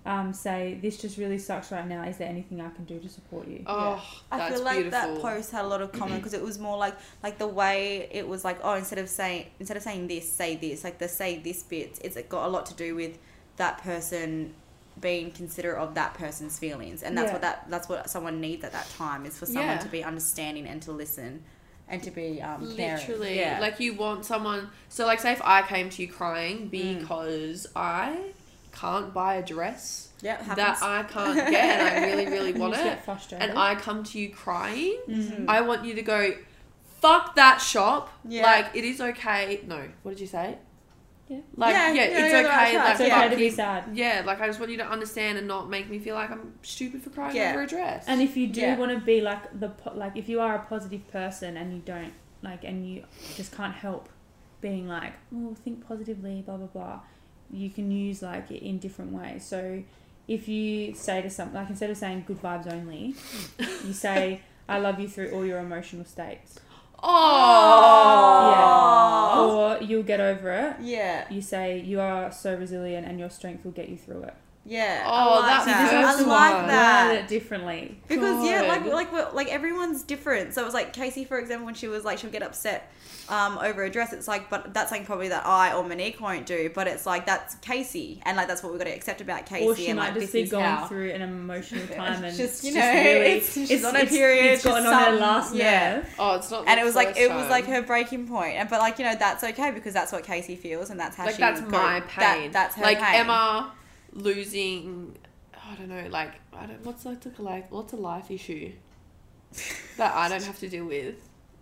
Speaker 4: um, say, This just really sucks right now. Is there anything I can do to support you?
Speaker 3: Oh,
Speaker 2: I
Speaker 3: that's
Speaker 2: feel like
Speaker 3: beautiful.
Speaker 2: that post had a lot of comment because it was more like like the way it was like oh instead of saying instead of saying this say this like the say this bits it's got a lot to do with that person being considerate of that person's feelings and that's
Speaker 4: Yeah.
Speaker 2: what that that's what someone needs at that time is for someone
Speaker 3: Yeah.
Speaker 2: to be understanding and to listen and to be um caring.
Speaker 3: Literally,
Speaker 2: yeah
Speaker 3: like you want someone. So, like, say if I came to you crying
Speaker 2: Mm.
Speaker 3: because I can't buy a dress
Speaker 2: yeah it
Speaker 3: that
Speaker 2: happens.
Speaker 3: I can't get, and I really, really
Speaker 4: You
Speaker 3: want
Speaker 4: just
Speaker 3: it,
Speaker 4: get frustrated.
Speaker 3: and I come to you crying,
Speaker 4: Mhm.
Speaker 3: I want you to go, fuck that shop.
Speaker 2: Yeah.
Speaker 3: Like, it is okay. No, what did you say?
Speaker 4: Yeah.
Speaker 3: Like,
Speaker 2: Yeah,
Speaker 3: yeah,
Speaker 2: yeah,
Speaker 3: it's
Speaker 2: yeah,
Speaker 3: okay.
Speaker 2: that's right.
Speaker 3: Like,
Speaker 4: it's okay
Speaker 3: fuck
Speaker 4: to be
Speaker 3: you.
Speaker 4: sad.
Speaker 3: Yeah, like I just want you to understand and not make me feel like I'm stupid for crying
Speaker 2: Yeah.
Speaker 3: over a dress.
Speaker 4: And if you do
Speaker 2: Yeah.
Speaker 4: want to be like the po- like if you are a positive person and you don't like and you just can't help being like oh think positively blah blah blah, you can use like it in different ways. So if you say to something like instead of saying good vibes only, you say I love you through all your emotional states.
Speaker 3: oh,
Speaker 4: Or you'll get over it.
Speaker 2: yeah
Speaker 4: You say you are so resilient and your strength will get you through it.
Speaker 2: yeah I
Speaker 3: Oh,
Speaker 2: like
Speaker 3: that's
Speaker 2: that. I
Speaker 3: first
Speaker 2: like
Speaker 3: one.
Speaker 2: that
Speaker 4: Word it differently.
Speaker 2: Because yeah, like
Speaker 3: God.
Speaker 2: like we're- like everyone's different. So it was like Casey, for example, when she was like she'll get upset um, over a dress. It's like, but that's something probably that I or Monique won't do. But it's like that's Casey, and like that's what we've got to accept about Casey.
Speaker 4: or she
Speaker 2: and
Speaker 4: might
Speaker 2: like this
Speaker 4: just be
Speaker 2: is
Speaker 4: going
Speaker 2: how-
Speaker 4: through an emotional
Speaker 2: Yeah,
Speaker 4: time and
Speaker 2: just, you
Speaker 4: it's
Speaker 2: know, it's- she's on her period,
Speaker 4: It's gotten
Speaker 2: she's
Speaker 4: on her
Speaker 2: some-
Speaker 4: last
Speaker 2: yeah.
Speaker 4: nerve.
Speaker 3: oh, it's not.
Speaker 2: And
Speaker 3: the
Speaker 2: it was like
Speaker 3: first
Speaker 2: it was
Speaker 3: time.
Speaker 2: like her breaking point. And but like you know that's okay because that's what Casey feels and that's how
Speaker 3: like
Speaker 2: she
Speaker 3: that's
Speaker 2: go-
Speaker 3: my
Speaker 2: that-
Speaker 3: pain.
Speaker 2: that's her
Speaker 3: like
Speaker 2: pain.
Speaker 3: Emma losing. I don't know. Like I don't. What's like a life? What's a life issue that I don't have to deal with?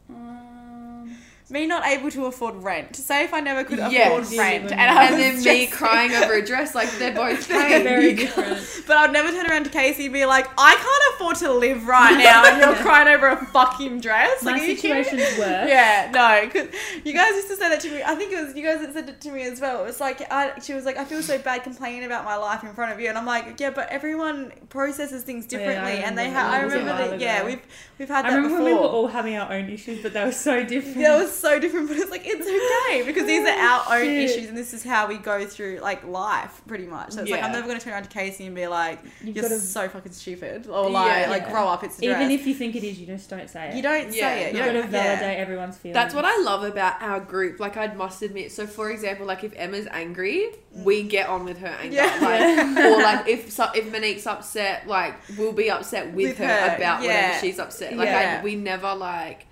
Speaker 4: Um,
Speaker 2: me not able to afford rent. Say if I never could
Speaker 3: Yes.
Speaker 2: afford rent,
Speaker 4: Yeah,
Speaker 2: and, I
Speaker 3: and
Speaker 2: was
Speaker 3: then me
Speaker 2: stressing.
Speaker 3: crying over a dress. Like they're both pain.
Speaker 4: very different.
Speaker 2: But I'd never turn around to Casey and be like, I can't afford to live right now, and you're crying over a fucking dress.
Speaker 4: My
Speaker 2: Like, are you kidding me?
Speaker 4: situation's worse.
Speaker 2: Yeah, no, 'cause you guys used to say that to me. I think it was you guys that said it to me as well. It was like I, she was like, I feel so bad complaining about my life in front of you, and I'm like, yeah, but everyone processes things
Speaker 4: Yeah, I
Speaker 2: differently, and they
Speaker 4: remember
Speaker 2: have.
Speaker 4: that.
Speaker 2: I
Speaker 4: It was a
Speaker 2: remember
Speaker 4: while
Speaker 2: that. Yeah,
Speaker 4: ago.
Speaker 2: we've we've had
Speaker 4: I
Speaker 2: that
Speaker 4: remember
Speaker 2: before.
Speaker 4: when we were all having our own issues, but they were so different.
Speaker 2: Yeah, it was so different, but it's like it's okay because these are our own
Speaker 4: Shit.
Speaker 2: issues, and this is how we go through like life, pretty much. So it's like I'm
Speaker 3: Yeah.
Speaker 2: never gonna turn around to Casey and be like,
Speaker 4: You've
Speaker 2: "You're
Speaker 4: got to,
Speaker 2: so fucking stupid," or like,
Speaker 3: Yeah.
Speaker 2: like grow up. It's a dress.
Speaker 4: even if you think it is, you just don't say it.
Speaker 2: you don't
Speaker 3: Yeah,
Speaker 2: say it,
Speaker 3: no.
Speaker 2: you
Speaker 4: You've got
Speaker 2: don't
Speaker 4: to
Speaker 2: yeah.
Speaker 4: validate everyone's feelings.
Speaker 3: That's what I love about our group. Like I must admit. So for example, like if Emma's angry, we get on with her anger.
Speaker 2: Mm. Yeah.
Speaker 3: Like, or like if so, if Monique's upset, like we'll be upset with,
Speaker 2: With
Speaker 3: her,
Speaker 2: her,
Speaker 3: about
Speaker 2: yeah.
Speaker 3: whatever she's upset. Like
Speaker 2: Yeah.
Speaker 3: I, we never like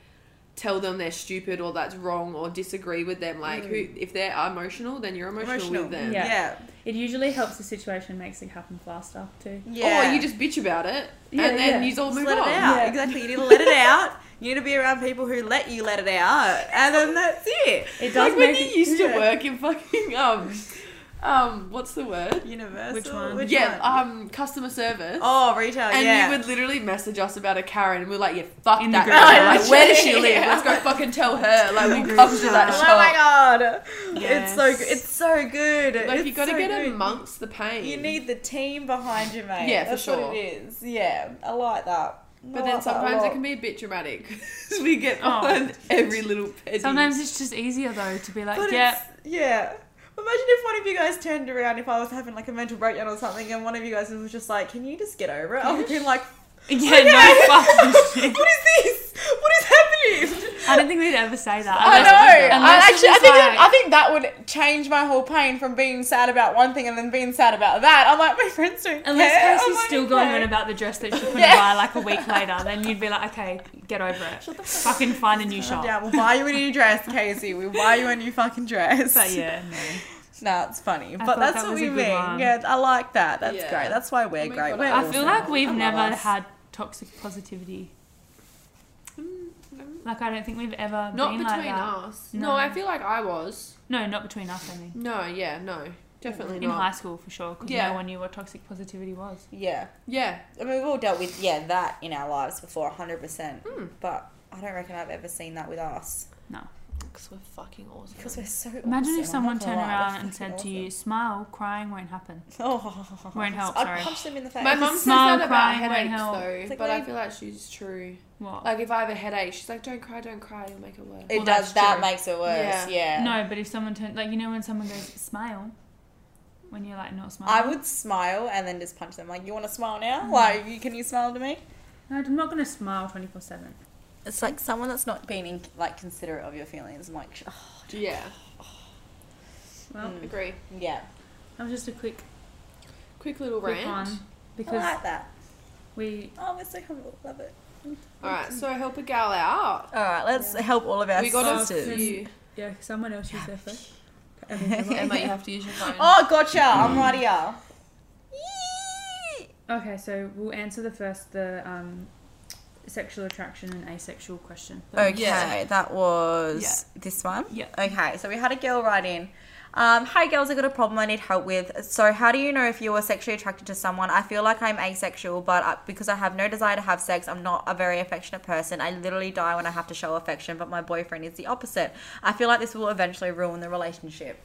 Speaker 3: tell them they're stupid or that's wrong or disagree with them. Like who if they're emotional, then you're emotional,
Speaker 2: Mm. Emotional.
Speaker 3: with them.
Speaker 4: Yeah.
Speaker 2: Yeah,
Speaker 4: It usually helps the situation, makes it happen faster too.
Speaker 2: yeah.
Speaker 3: Or you just bitch about it
Speaker 4: Yeah,
Speaker 3: and then
Speaker 4: yeah.
Speaker 3: you all
Speaker 2: Just
Speaker 3: move
Speaker 2: let
Speaker 3: on.
Speaker 2: it out.
Speaker 4: Yeah.
Speaker 2: Exactly. You need to let it out. You need to be around people who let you let it out, and then that's it.
Speaker 4: It does
Speaker 3: Like when
Speaker 4: make
Speaker 3: you
Speaker 4: it,
Speaker 3: used
Speaker 4: yeah.
Speaker 3: to work in fucking um um what's the word?
Speaker 2: Universal.
Speaker 4: Which one?
Speaker 3: yeah,
Speaker 2: one?
Speaker 3: um customer service.
Speaker 2: oh, retail.
Speaker 3: And
Speaker 2: yeah.
Speaker 3: you would literally message us about a Karen, and we are like, yeah, fuck
Speaker 4: In the
Speaker 3: that
Speaker 4: group
Speaker 3: girl.
Speaker 4: chat.
Speaker 3: Like, where does she live?
Speaker 2: Yeah.
Speaker 3: Let's go fucking tell her. Like,
Speaker 4: In
Speaker 3: we
Speaker 4: the
Speaker 3: come
Speaker 4: group
Speaker 3: to that
Speaker 4: chat.
Speaker 2: Oh my
Speaker 3: shop.
Speaker 2: god! It's
Speaker 3: Yes.
Speaker 2: so good. It's so good.
Speaker 3: Like,
Speaker 2: it's
Speaker 3: you gotta
Speaker 2: so
Speaker 3: get
Speaker 2: good.
Speaker 3: amongst the pain.
Speaker 2: You need the team behind you, mate.
Speaker 3: Yeah, for
Speaker 2: That's
Speaker 3: sure.
Speaker 2: what it is. Yeah, I like that.
Speaker 3: But then sometimes it can be a bit dramatic. 'cause we get
Speaker 5: Oh.
Speaker 3: on every little petty.
Speaker 5: Sometimes it's just easier though to be like,
Speaker 2: But
Speaker 5: yeah,
Speaker 2: it's- yeah. Imagine if one of you guys turned around if I was having like a mental breakdown or something, and one of you guys was just like, "Can you just get over it?" I would be like,
Speaker 5: yeah,
Speaker 2: Okay.
Speaker 5: no fucking shit.
Speaker 2: "What is this? What is happening?"
Speaker 5: I don't think we'd ever say that.
Speaker 2: I
Speaker 5: Unless-
Speaker 2: know. I
Speaker 5: unless it
Speaker 2: actually, I
Speaker 5: was
Speaker 2: think that,
Speaker 5: like-
Speaker 2: I think that would change my whole pain from being sad about one thing and then being sad about that. I'm like, my friends don't
Speaker 5: Unless
Speaker 2: care.
Speaker 5: Casey's
Speaker 2: I'm
Speaker 5: still
Speaker 2: like,
Speaker 5: going
Speaker 2: okay.
Speaker 5: on about the dress that she couldn't
Speaker 2: Yeah.
Speaker 5: buy like a week later, then you'd be like, okay, get over it. Fucking find a new
Speaker 2: Calm
Speaker 5: shop.
Speaker 2: down. We'll buy you a new dress, Casey. We'll buy you a new fucking dress.
Speaker 5: But yeah, no.
Speaker 2: No, it's funny.
Speaker 5: I
Speaker 2: but
Speaker 5: thought
Speaker 2: that's
Speaker 5: that
Speaker 2: what
Speaker 5: was
Speaker 2: we
Speaker 5: a good
Speaker 2: mean.
Speaker 5: one.
Speaker 2: Yeah, I like that. That's
Speaker 3: Yeah.
Speaker 2: great. That's why we're
Speaker 3: Oh my
Speaker 2: great.
Speaker 3: God,
Speaker 2: We're
Speaker 3: I
Speaker 5: I feel like
Speaker 2: awesome.
Speaker 5: we've
Speaker 2: I love
Speaker 5: never
Speaker 2: us.
Speaker 5: had toxic positivity. Like I don't think we've ever
Speaker 3: Not
Speaker 5: been
Speaker 3: between
Speaker 5: like that.
Speaker 3: us. No.
Speaker 5: No.
Speaker 3: I feel like I was.
Speaker 5: No, not between us. I mean,
Speaker 3: No, yeah, no. Definitely
Speaker 5: in
Speaker 3: not.
Speaker 5: high school for sure, because
Speaker 3: Yeah.
Speaker 5: no one knew what toxic positivity was.
Speaker 2: Yeah.
Speaker 3: yeah.
Speaker 2: I mean, we've all dealt with, yeah, that in our lives before, 100%.
Speaker 3: Hmm.
Speaker 2: But I don't reckon I've ever seen that with us.
Speaker 3: Because we're fucking awesome.
Speaker 2: Because we're so
Speaker 5: Imagine
Speaker 2: awesome.
Speaker 5: if
Speaker 2: I'm
Speaker 5: someone
Speaker 2: not gonna
Speaker 5: turned
Speaker 2: lie, we're
Speaker 5: around and
Speaker 2: fucking
Speaker 5: said to
Speaker 2: awesome.
Speaker 5: you, "Smile, crying won't happen."
Speaker 2: Oh.
Speaker 5: Won't help,
Speaker 2: I'd
Speaker 5: sorry.
Speaker 2: punch them in the face.
Speaker 3: My mum says
Speaker 5: Smile,
Speaker 3: that about
Speaker 5: crying, won't
Speaker 3: headaches
Speaker 5: help.
Speaker 3: though,
Speaker 2: It's like,
Speaker 3: but I
Speaker 2: wait.
Speaker 3: feel like she's true.
Speaker 5: What?
Speaker 3: Like if I have a headache, she's like, "Don't cry, don't cry, it'll make it worse."
Speaker 2: it
Speaker 5: Well, that's
Speaker 2: does. That
Speaker 5: true.
Speaker 2: makes it worse. Yeah.
Speaker 5: No, but if someone turned, like you know, when someone goes, "Smile,"
Speaker 4: when you're like not smiling?
Speaker 2: I would smile and then just punch them. Like, you want to smile
Speaker 5: Mm.
Speaker 2: now? Like, you, can you smile to me?
Speaker 6: No, I'm not going to smile 24 7.
Speaker 2: It's like someone that's not being in, like considerate of your feelings. I'm like, sh- oh,
Speaker 3: Yeah,
Speaker 6: Well,
Speaker 2: Mm.
Speaker 3: agree.
Speaker 2: yeah,
Speaker 6: that was just a quick,
Speaker 3: Quick
Speaker 2: Oh,
Speaker 3: little
Speaker 6: quick
Speaker 3: rant.
Speaker 6: one.
Speaker 2: I
Speaker 6: Because
Speaker 2: like that.
Speaker 6: we.
Speaker 2: Oh, we're so humble. Love it.
Speaker 3: All right, so help a gal out.
Speaker 2: All right, let's help all of our
Speaker 3: we got
Speaker 6: sisters.
Speaker 3: a few.
Speaker 6: Yeah, someone else used their first.
Speaker 3: Emma, you have to use your phone.
Speaker 2: Oh, gotcha. I'm right here.
Speaker 6: Okay, so we'll answer the first, the um, sexual attraction and asexual question.
Speaker 2: Oh, Okay,
Speaker 3: Yeah.
Speaker 2: that was this one.
Speaker 4: Yeah.
Speaker 2: Okay, so we had a girl write in. Um, hi girls, I got a problem I need help with. So, how do you know if you are sexually attracted to someone? I feel like I'm asexual, but I, because I have no desire to have sex, I'm not a very affectionate person. I literally die when I have to show affection, but my boyfriend is the opposite. I feel like this will eventually ruin the relationship.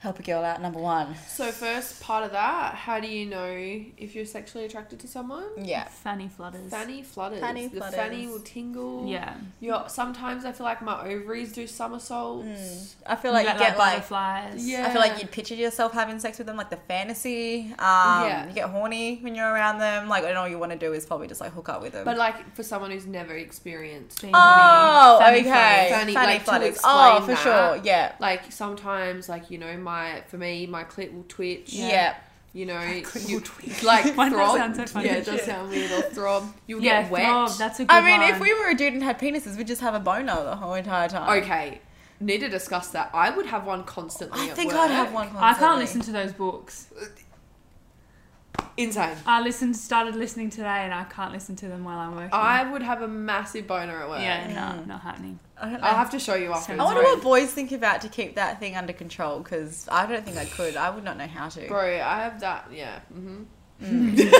Speaker 2: Help a girl out, number one.
Speaker 3: So first part of that, how do you know if you're sexually attracted to someone?
Speaker 2: Yeah.
Speaker 4: Fanny flutters.
Speaker 3: Fanny flutters.
Speaker 2: Fanny
Speaker 3: the
Speaker 2: flutters.
Speaker 3: fanny will tingle.
Speaker 4: Yeah.
Speaker 3: Your sometimes I feel like my ovaries do somersaults.
Speaker 2: Mm. I feel like you,
Speaker 4: got,
Speaker 2: get like
Speaker 4: butterflies.
Speaker 3: Yeah.
Speaker 2: I feel like you'd picture yourself having sex with them, like the fantasy. Um,
Speaker 3: Yeah.
Speaker 2: You get horny when you're around them. Like, and all you want to do is probably just like hook up with them.
Speaker 3: But like for someone who's never experienced
Speaker 4: Being
Speaker 2: oh,
Speaker 4: funny.
Speaker 2: okay.
Speaker 4: flutters.
Speaker 3: Fanny,
Speaker 2: Fanny,
Speaker 3: like, to
Speaker 2: flutters.
Speaker 3: explain
Speaker 2: Oh, for
Speaker 3: that.
Speaker 2: sure. Yeah.
Speaker 3: like sometimes like you know my for me my clit will twitch
Speaker 2: Yeah.
Speaker 3: you know
Speaker 4: clit
Speaker 3: you,
Speaker 4: will twitch.
Speaker 3: like
Speaker 4: Why
Speaker 3: throb
Speaker 4: does that sound so funny?
Speaker 3: yeah it does
Speaker 4: Yeah.
Speaker 3: sound weird or throb you'll
Speaker 4: Yeah,
Speaker 3: get wet
Speaker 4: throb, that's a good
Speaker 2: I mean,
Speaker 4: one.
Speaker 2: if we were a dude and had penises, we'd just have a boner the whole entire time.
Speaker 3: okay need to discuss that I would have one constantly
Speaker 2: I
Speaker 3: at
Speaker 2: think
Speaker 3: work.
Speaker 2: I'd have one.
Speaker 4: I
Speaker 2: Constantly.
Speaker 4: can't listen to those books.
Speaker 3: insane
Speaker 4: I listened, started listening today, and I can't listen to them while I'm working.
Speaker 3: I would have a massive boner at work
Speaker 4: yeah, no, not happening.
Speaker 2: I, don't know.
Speaker 3: I'll have to show you after
Speaker 2: I wonder what boys think about to keep that thing under control because I don't think I could. I would not know how to.
Speaker 3: bro I have that yeah hmm
Speaker 2: Mm.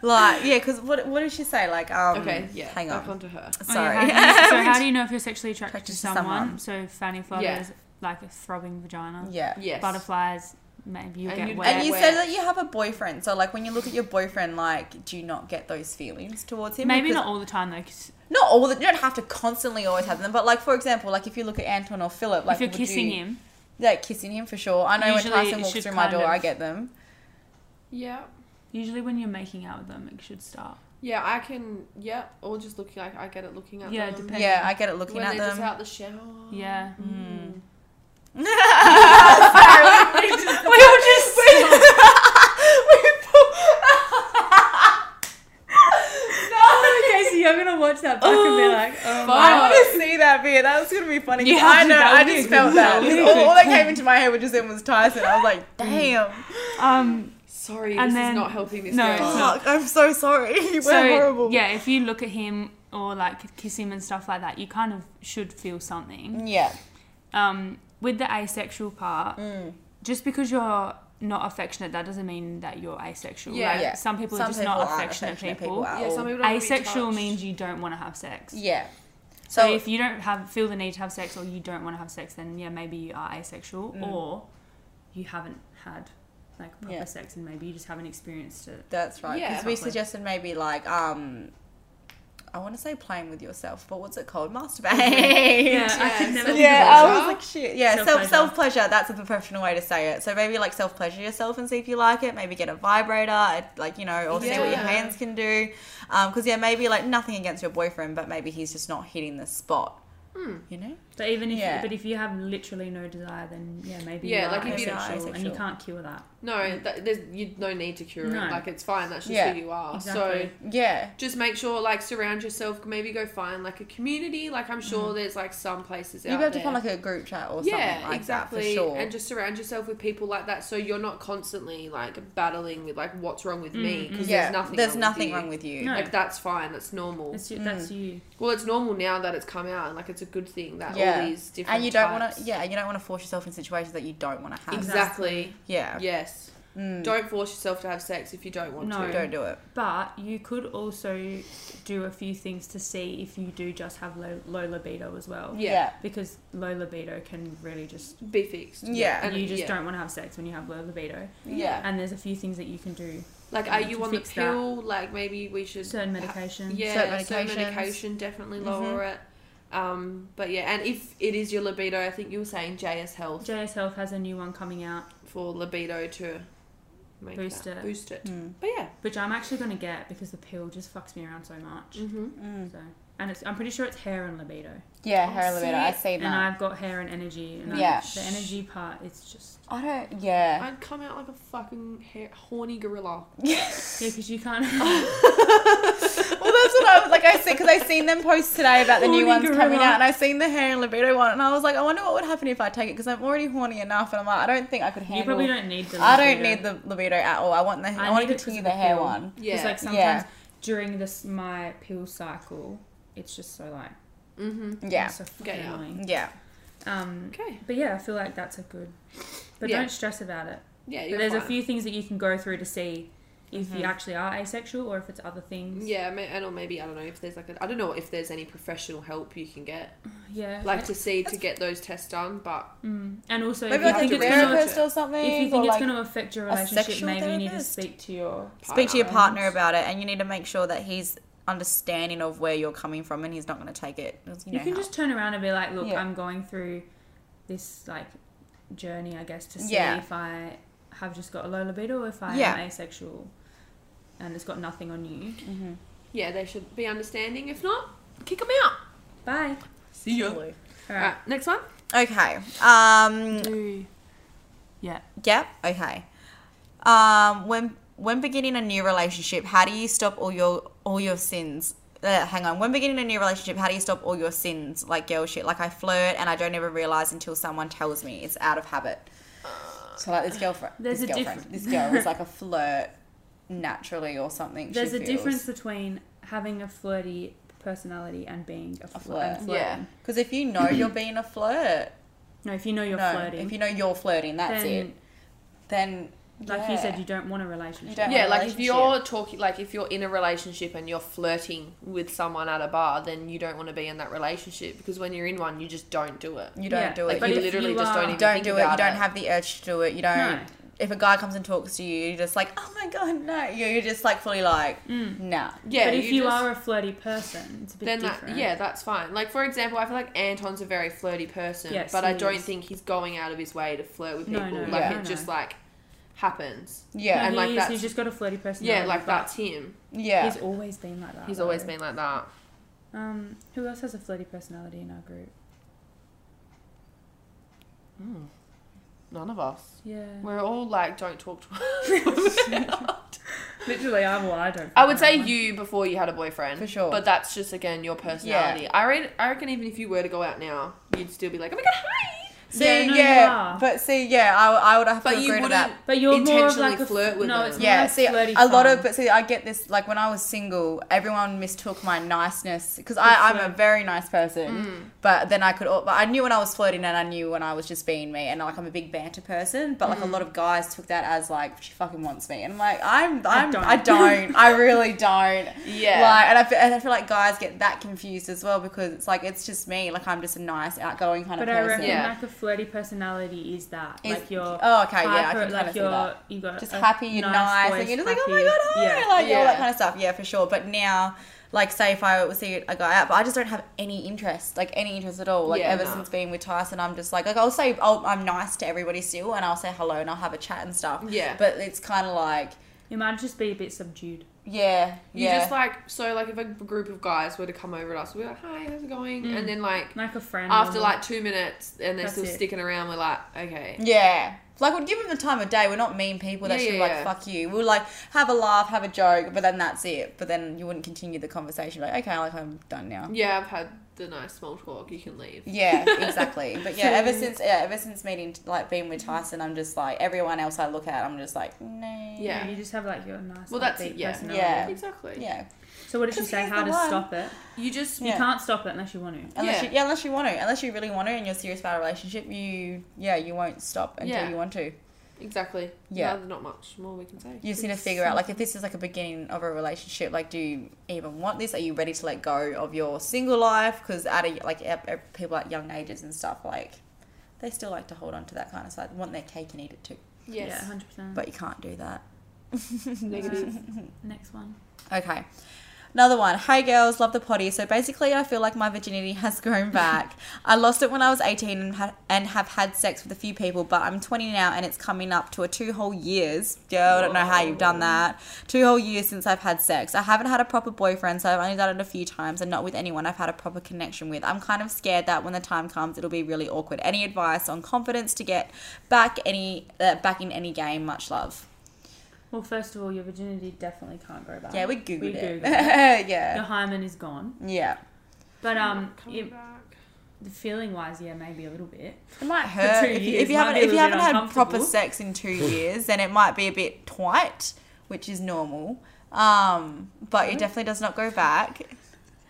Speaker 2: Like, yeah, because what, what did she say? Like, um,
Speaker 3: okay yeah
Speaker 2: hang
Speaker 3: back
Speaker 2: on.
Speaker 3: onto her
Speaker 2: Sorry.
Speaker 4: Oh, yeah, how do you- so how do you know if you're sexually attracted
Speaker 2: Attracted
Speaker 4: to
Speaker 2: to
Speaker 4: someone?
Speaker 2: someone.
Speaker 4: So Fanny flutters, like a throbbing vagina.
Speaker 2: yeah.
Speaker 3: yes
Speaker 4: Butterflies, maybe you
Speaker 3: And
Speaker 4: get
Speaker 3: you-
Speaker 4: wet.
Speaker 2: And you
Speaker 3: where-
Speaker 2: said that you have a boyfriend, so like when you look at your boyfriend, like do you not get those feelings towards him?
Speaker 4: maybe
Speaker 2: Because-
Speaker 4: not all the time though. 'cause
Speaker 2: Not all. The, you don't have to constantly always have them, but like for example, like if you look at Anton or Philip, like
Speaker 4: if you're
Speaker 2: would
Speaker 4: kissing
Speaker 2: you-
Speaker 4: him,
Speaker 2: like kissing him for sure. I know
Speaker 4: Usually
Speaker 2: when Tyson
Speaker 4: it
Speaker 2: walks
Speaker 4: should
Speaker 2: through my
Speaker 4: kind
Speaker 2: door,
Speaker 4: of-
Speaker 2: I get them.
Speaker 3: yeah
Speaker 4: usually when you're making out with them, it should start.
Speaker 3: yeah I can yeah or just looking like I get it looking at
Speaker 4: Yeah,
Speaker 3: them
Speaker 4: depends.
Speaker 2: Yeah, I get it looking
Speaker 3: when
Speaker 2: at
Speaker 3: they're just
Speaker 2: them. Hmm.
Speaker 3: out the shower
Speaker 4: Yeah.
Speaker 3: Mm.
Speaker 2: Sorry, we just- we were just we
Speaker 6: okay, so you're going to watch that back and be like, oh,
Speaker 2: I
Speaker 3: Oh.
Speaker 2: want to see that bit. That was gonna be funny. 'cause
Speaker 4: Yeah,
Speaker 2: I know.
Speaker 4: that
Speaker 2: I
Speaker 4: would be a
Speaker 2: just
Speaker 4: good-
Speaker 2: felt that.
Speaker 4: that would be a
Speaker 2: All, all
Speaker 4: good
Speaker 2: that came into my head was just him was Tyson. I was like, damn.
Speaker 4: Um.
Speaker 3: Sorry,
Speaker 4: And
Speaker 3: this
Speaker 4: then-
Speaker 3: is not helping this
Speaker 4: no,
Speaker 3: no,
Speaker 4: it's
Speaker 2: Fuck, I'm so sorry. We're
Speaker 4: so
Speaker 2: horrible.
Speaker 4: yeah, if you look at him or like kiss him and stuff like that, you kind of should feel something.
Speaker 2: Yeah.
Speaker 4: Um. With the asexual part,
Speaker 2: Mm.
Speaker 4: just because you're not affectionate, that doesn't mean that you're asexual.
Speaker 3: Yeah.
Speaker 4: Like,
Speaker 2: Yeah.
Speaker 4: Some people are just not
Speaker 2: aren't
Speaker 4: affectionate, people.
Speaker 2: at
Speaker 3: Yeah,
Speaker 2: all.
Speaker 3: some people don't
Speaker 4: Asexual means you don't want to have sex.
Speaker 2: Yeah.
Speaker 4: So,
Speaker 2: So,
Speaker 4: if you don't have feel the need to have sex or you don't want to have sex, then yeah, maybe you are asexual
Speaker 2: Mm.
Speaker 4: or you haven't had like proper
Speaker 2: Yeah.
Speaker 4: sex and maybe you just haven't experienced it.
Speaker 2: that's right.
Speaker 3: Yeah.
Speaker 2: Because we suggested maybe like um, I want to say playing with yourself, but what's it called? Masturbate.
Speaker 4: I could never
Speaker 3: Self-pleasure.
Speaker 2: Yeah, I was like, shit. Yeah, self
Speaker 4: Self-pleasure.
Speaker 2: self pleasure. That's a professional way to say it. So maybe like self pleasure yourself and see if you like it. Maybe get a vibrator, uh, like you know, or see what your
Speaker 3: Yeah.
Speaker 2: hands can do. Because yeah, maybe like nothing against your boyfriend, but maybe he's just not hitting the spot.
Speaker 3: Mm.
Speaker 2: You know?
Speaker 4: But even if
Speaker 2: Yeah.
Speaker 4: but if you have literally no desire, then yeah, maybe
Speaker 3: Yeah,
Speaker 4: you are
Speaker 3: like, if you
Speaker 4: asexual,
Speaker 3: don't-
Speaker 4: and you
Speaker 2: asexual.
Speaker 4: can't cure that.
Speaker 3: No, that, there's you no need to cure
Speaker 4: No.
Speaker 3: it. Like it's fine. That's just
Speaker 2: Yeah,
Speaker 3: who you are. So
Speaker 4: exactly.
Speaker 2: Yeah.
Speaker 3: just make sure like surround yourself. Maybe go find like a community. Like I'm
Speaker 4: Mm.
Speaker 3: sure there's like some places
Speaker 2: You
Speaker 3: out
Speaker 2: have
Speaker 3: there.
Speaker 2: to find like a group chat or
Speaker 3: yeah,
Speaker 2: something like
Speaker 3: exactly.
Speaker 2: that for sure.
Speaker 3: And just surround yourself with people like that, so you're not constantly like battling with like what's wrong with me
Speaker 4: Mm,
Speaker 3: because
Speaker 2: yeah,
Speaker 3: there's nothing. wrong with you.
Speaker 2: wrong with you.
Speaker 4: No.
Speaker 3: Like that's fine. That's normal.
Speaker 4: That's you, that's you.
Speaker 3: well, it's normal now that it's come out, and like it's a good thing that
Speaker 2: Yeah.
Speaker 3: all these different
Speaker 2: And you don't want
Speaker 3: types-
Speaker 2: to, yeah, you don't want to force yourself in situations that you don't want to have.
Speaker 3: exactly.
Speaker 2: Yeah.
Speaker 3: Yes.
Speaker 2: Mm.
Speaker 3: Don't force yourself to have sex if you don't want
Speaker 4: No.
Speaker 3: to.
Speaker 2: Don't do it.
Speaker 4: But you could also do a few things to see if you do just have low, low libido as well.
Speaker 3: Yeah.
Speaker 4: Because low libido can really just
Speaker 3: Be fixed.
Speaker 2: Yeah.
Speaker 4: and you just
Speaker 3: yeah.
Speaker 4: don't want to have sex when you have low libido.
Speaker 3: Yeah.
Speaker 4: And there's a few things that you can do.
Speaker 3: Like, are
Speaker 4: You
Speaker 3: you
Speaker 4: can
Speaker 3: on the
Speaker 4: fix that.
Speaker 3: pill? Like, maybe we should.
Speaker 4: Certain
Speaker 3: ha-
Speaker 4: medication.
Speaker 3: Yeah.
Speaker 2: Certain
Speaker 3: Certain
Speaker 2: medications.
Speaker 3: medication definitely lower it. Um, but yeah, and if it is your libido, I think you were saying JS Health.
Speaker 4: JS Health has a new one coming out
Speaker 3: for libido to make
Speaker 4: Boost
Speaker 3: that-
Speaker 4: it.
Speaker 3: Boost it.
Speaker 2: Mm.
Speaker 3: But yeah.
Speaker 4: which I'm actually gonna get because the pill just fucks me around so much.
Speaker 3: Mm-hmm.
Speaker 2: Mm.
Speaker 4: So, and it's I'm pretty sure it's hair and libido,
Speaker 2: Yeah,
Speaker 3: I
Speaker 2: hair and libido.
Speaker 3: see
Speaker 2: I
Speaker 3: it,
Speaker 2: see
Speaker 4: and
Speaker 2: that.
Speaker 4: I've got hair and energy, and
Speaker 2: Yeah.
Speaker 4: yeah. the energy part it's just
Speaker 2: I don't. Yeah.
Speaker 3: I'd come out like a fucking ha- horny gorilla.
Speaker 4: yeah because you can't.
Speaker 2: Well, that's what I was like. I said because I seen them post today about the new
Speaker 4: Horny
Speaker 2: ones coming
Speaker 4: gorilla.
Speaker 2: out, and I seen the hair and libido one, and I was like, I wonder what would happen if I take it because I'm already horny enough, and I'm like, I don't think I could handle.
Speaker 4: you probably don't need the.
Speaker 2: I don't
Speaker 4: libido.
Speaker 2: need the libido at all. I want the. I,
Speaker 4: I
Speaker 2: want
Speaker 4: need
Speaker 2: to
Speaker 4: it 'cause
Speaker 2: continue
Speaker 4: of
Speaker 2: the
Speaker 4: the
Speaker 2: hair
Speaker 4: feel.
Speaker 2: one.
Speaker 4: Because
Speaker 3: Yeah.
Speaker 4: like sometimes
Speaker 2: Yeah.
Speaker 4: during this my pill cycle, it's just so like
Speaker 3: mm-hmm.
Speaker 2: Yeah.
Speaker 4: so fucking
Speaker 3: Get out.
Speaker 4: annoying.
Speaker 2: Yeah.
Speaker 4: Um,
Speaker 3: Okay.
Speaker 4: but yeah, I feel like that's a good. But
Speaker 3: Yeah.
Speaker 4: don't stress about it.
Speaker 3: Yeah.
Speaker 4: But
Speaker 3: You're
Speaker 4: there's a
Speaker 3: fine.
Speaker 4: few things that you can go through to see if
Speaker 2: Mhm.
Speaker 4: you actually are asexual or if it's other things.
Speaker 3: Yeah, ma- and or maybe I don't know if there's like a, I don't know if there's any professional help you can get,
Speaker 4: Yeah.
Speaker 3: like to see to get those tests done. But
Speaker 4: Mm. And also,
Speaker 2: Maybe
Speaker 4: if
Speaker 2: like
Speaker 4: you
Speaker 2: a
Speaker 4: think it's gonna,
Speaker 2: therapist or something.
Speaker 4: if you
Speaker 2: or
Speaker 4: think it's
Speaker 2: like,
Speaker 4: gonna affect your
Speaker 2: a
Speaker 4: relationship,
Speaker 2: sexual
Speaker 4: maybe you need to
Speaker 2: therapist.
Speaker 4: speak to your.
Speaker 2: speak to your
Speaker 4: partner.
Speaker 2: partner about it, and you need to make sure that he's understanding of where you're coming from, and he's not going to take it. 'cause You,
Speaker 4: You,
Speaker 2: know
Speaker 4: can
Speaker 2: how-
Speaker 4: just turn around and be like, look,
Speaker 2: Yeah.
Speaker 4: I'm going through this like journey, I guess, to see
Speaker 2: Yeah.
Speaker 4: if I have just got a low libido or if I
Speaker 2: Yeah.
Speaker 4: am asexual, and it's got nothing on you.
Speaker 3: yeah, they should be understanding. If not, kick them out.
Speaker 4: Bye.
Speaker 3: See ya. All
Speaker 4: All right.
Speaker 3: right, next one.
Speaker 2: Okay. Um.
Speaker 4: Yeah.
Speaker 2: Yep. Okay. Um. When when beginning a new relationship, how do you stop all your all your sins? Uh, hang on. When beginning a new relationship, how do you stop all your sins? Like girl shit. Like I flirt and I don't ever realize until someone tells me it's out of habit. So like this girlfriend,
Speaker 4: There's
Speaker 2: this
Speaker 4: a
Speaker 2: girlfriend,
Speaker 4: diff-
Speaker 2: this girl was like a flirt naturally or something.
Speaker 4: There's
Speaker 2: she
Speaker 4: a
Speaker 2: feels.
Speaker 4: difference between having a flirty personality and being a,
Speaker 2: A
Speaker 4: flirt. and
Speaker 2: flirt.
Speaker 4: flirting.
Speaker 3: Yeah.
Speaker 2: Because if you know you're being a flirt,
Speaker 4: No, if you know you're
Speaker 2: no,
Speaker 4: flirting,
Speaker 2: if you know you're flirting, that's
Speaker 4: then,
Speaker 2: it. Then,
Speaker 4: like you said,
Speaker 2: yeah.
Speaker 4: you don't want a relationship.
Speaker 2: don't-
Speaker 3: Yeah, like if
Speaker 2: relationship.
Speaker 3: you're talking, like if you're in a relationship and you're flirting with someone at a bar, then you don't want to be in that relationship because when you're in one, you just don't do it.
Speaker 2: you don't
Speaker 4: Yeah,
Speaker 2: do
Speaker 3: Like
Speaker 2: it.
Speaker 4: But
Speaker 3: you
Speaker 4: if
Speaker 3: literally
Speaker 4: you
Speaker 3: just
Speaker 4: are-
Speaker 3: don't even
Speaker 2: don't
Speaker 3: think
Speaker 2: do it. You
Speaker 3: about
Speaker 2: don't have the urge to do it. You don't.
Speaker 4: No.
Speaker 2: If a guy comes and talks to you, you're just like, oh my god, no. You're you're just like fully like,
Speaker 4: Mm.
Speaker 2: nah.
Speaker 3: Yeah,
Speaker 4: but if you,
Speaker 3: just-
Speaker 4: are a flirty person, it's a bit
Speaker 3: then that,
Speaker 4: different.
Speaker 3: yeah, that's fine. Like for example, I feel like Anton's a very flirty person,
Speaker 4: Yes,
Speaker 3: but I
Speaker 4: he
Speaker 3: don't
Speaker 4: is.
Speaker 3: think he's going out of his way to flirt with
Speaker 4: No,
Speaker 3: people.
Speaker 4: no,
Speaker 3: like
Speaker 2: Yeah.
Speaker 3: it
Speaker 4: no, no.
Speaker 3: just like happens.
Speaker 4: No,
Speaker 2: Yeah.
Speaker 3: and,
Speaker 4: he
Speaker 3: like,
Speaker 4: is,
Speaker 3: that's-
Speaker 4: he's just got a flirty personality.
Speaker 3: Yeah, like
Speaker 4: but
Speaker 3: that's him.
Speaker 2: Yeah.
Speaker 4: He's always been like that.
Speaker 3: He's
Speaker 4: though.
Speaker 3: always been like that.
Speaker 4: Um, who else has a flirty personality in our group?
Speaker 3: Hmm. None of us.
Speaker 4: Yeah.
Speaker 3: We're all like, don't talk to us.
Speaker 4: Literally, I'm. Well, I don't.
Speaker 3: I would say you before you had a boyfriend,
Speaker 2: For sure.
Speaker 3: But that's just again your personality. I read, I reckon even if you were to go out now, you'd still be like, oh my god, hi.
Speaker 2: See,
Speaker 4: Yeah,
Speaker 2: yeah.
Speaker 4: no, you are.
Speaker 2: but see, yeah, I, I would have to
Speaker 3: But you
Speaker 2: agree to
Speaker 3: wouldn't.
Speaker 2: that.
Speaker 4: But you're more of
Speaker 3: intentionally
Speaker 4: like a
Speaker 3: flirt with
Speaker 4: No,
Speaker 3: them.
Speaker 4: it's more
Speaker 2: Yeah,
Speaker 4: like
Speaker 2: see,
Speaker 4: flirty
Speaker 2: a lot
Speaker 4: fun.
Speaker 2: of, but see, I get this, like, when I was single, everyone mistook my niceness, because I'm a
Speaker 4: flirt.
Speaker 2: very nice person,
Speaker 4: Mm.
Speaker 2: but then I could, al- but I knew when I was flirting and I knew when I was just being me, and, like, I'm a big banter person, but, like, a
Speaker 4: Mm.
Speaker 2: lot of guys took that as, like, she fucking wants me, and I'm like, I'm, I'm, I don't,
Speaker 4: don't.
Speaker 2: I, really don't.
Speaker 3: Yeah.
Speaker 2: Like, and I, feel, and I feel like guys get that confused as well, because it's like, it's just me, like, I'm just a nice, outgoing kind
Speaker 4: But
Speaker 2: of
Speaker 4: I
Speaker 2: person.
Speaker 4: reckon
Speaker 3: Yeah.
Speaker 4: like a flirty personality is that
Speaker 2: Is-
Speaker 4: like you're
Speaker 2: oh, okay, yeah, I
Speaker 4: hyper-
Speaker 2: can kinda
Speaker 4: like
Speaker 2: see
Speaker 4: you're
Speaker 2: that.
Speaker 4: you got
Speaker 2: just
Speaker 4: a
Speaker 2: happy and nice,
Speaker 4: voice,
Speaker 2: and you're just like, oh my
Speaker 4: happy-
Speaker 2: god, hi,
Speaker 4: Yeah.
Speaker 2: like all that
Speaker 3: Yeah.
Speaker 2: kind of stuff. Yeah, for sure. But now, like, say if I was see a guy out, but I just don't have any interest, like any interest at all. Like
Speaker 3: Yeah,
Speaker 2: ever
Speaker 3: no.
Speaker 2: since being with Tyson, I'm just like, like I'll say, oh, I'm nice to everybody still, and I'll say hello and I'll have a chat and stuff.
Speaker 3: Yeah.
Speaker 2: But it's kind of like,
Speaker 4: You might just be a bit subdued.
Speaker 2: yeah,
Speaker 3: You
Speaker 2: yeah,
Speaker 3: just like so like if a group of guys were to come over to us, we're like, hi, how's it going? And then like
Speaker 4: Like a friend.
Speaker 3: after
Speaker 4: or-
Speaker 3: like two minutes and they're
Speaker 4: That's
Speaker 3: still
Speaker 4: it.
Speaker 3: sticking around, we're like, okay.
Speaker 2: yeah. Like we'd give them the time of day. We're not mean people that
Speaker 3: Yeah,
Speaker 2: should
Speaker 3: yeah,
Speaker 2: like
Speaker 3: yeah.
Speaker 2: fuck you. We'll like have a laugh, have a joke, but then that's it. But then you wouldn't continue the conversation. Like okay, like I'm done now.
Speaker 3: Yeah, I've had the nice small talk. You can leave.
Speaker 2: Yeah, exactly. But yeah, ever since yeah, ever since meeting like being with Tyson, I'm just like everyone else I look at, I'm just like no.
Speaker 4: you know,
Speaker 3: Yeah.
Speaker 4: You just have like your nice.
Speaker 3: Well, that's
Speaker 4: upbeat
Speaker 3: it, yeah.
Speaker 4: personality.
Speaker 2: Yeah.
Speaker 3: Exactly.
Speaker 2: Yeah,
Speaker 4: So what did she
Speaker 2: 'Cause
Speaker 4: say?
Speaker 2: he's
Speaker 4: How
Speaker 2: the
Speaker 4: to
Speaker 2: one.
Speaker 4: stop it?
Speaker 3: You just
Speaker 2: Yeah.
Speaker 4: You can't stop it unless you want to.
Speaker 2: unless
Speaker 3: Yeah.
Speaker 2: you yeah, unless you want to, unless you really want to, and you're serious about a relationship, you yeah, you won't stop until
Speaker 3: Yeah.
Speaker 2: you want to.
Speaker 3: exactly.
Speaker 2: Yeah.
Speaker 3: No, there's not much more we can say.
Speaker 2: You just need to figure out like if this is like a beginning of a relationship, like do you even want this? Are you ready to let go of your single life? Because at a, like at, at people at young ages and stuff, like they still like to hold on to that kind of side, want their cake and eat it too.
Speaker 4: Yeah,
Speaker 3: Yes.
Speaker 4: hundred percent.
Speaker 2: But you can't do that.
Speaker 3: Negative.
Speaker 4: Next one.
Speaker 2: Okay. Another one. Hi, girls. Love the potty. So basically, I feel like my virginity has grown back. I lost it when I was 18 and, ha- and have had sex with a few people, but I'm 20 now and it's coming up to a two whole years. Girl, I don't know how you've done that. Two whole years since I've had sex. I haven't had a proper boyfriend, so I've only done it a few times and not with anyone I've had a proper connection with. I'm kind of scared that when the time comes, it'll be really awkward. Any advice on confidence to get back any uh, back in any game? Much love.
Speaker 4: Well, first of all, your virginity definitely can't go back.
Speaker 2: Yeah, we googled
Speaker 4: We
Speaker 2: it.
Speaker 4: Googled your
Speaker 2: yeah.
Speaker 4: hymen is gone.
Speaker 2: Yeah.
Speaker 4: But um,
Speaker 3: Coming
Speaker 4: it,
Speaker 3: back.
Speaker 4: the feeling wise, yeah, maybe a little bit.
Speaker 2: It might
Speaker 4: For
Speaker 2: hurt
Speaker 4: two
Speaker 2: if you,
Speaker 4: years,
Speaker 2: if you
Speaker 4: might
Speaker 2: haven't
Speaker 4: be a
Speaker 2: if you
Speaker 4: little
Speaker 2: haven't
Speaker 4: bit
Speaker 2: had proper
Speaker 4: uncomfortable.
Speaker 2: sex in two years, then it might be a bit twat, which is normal. Um, but it definitely does not go back.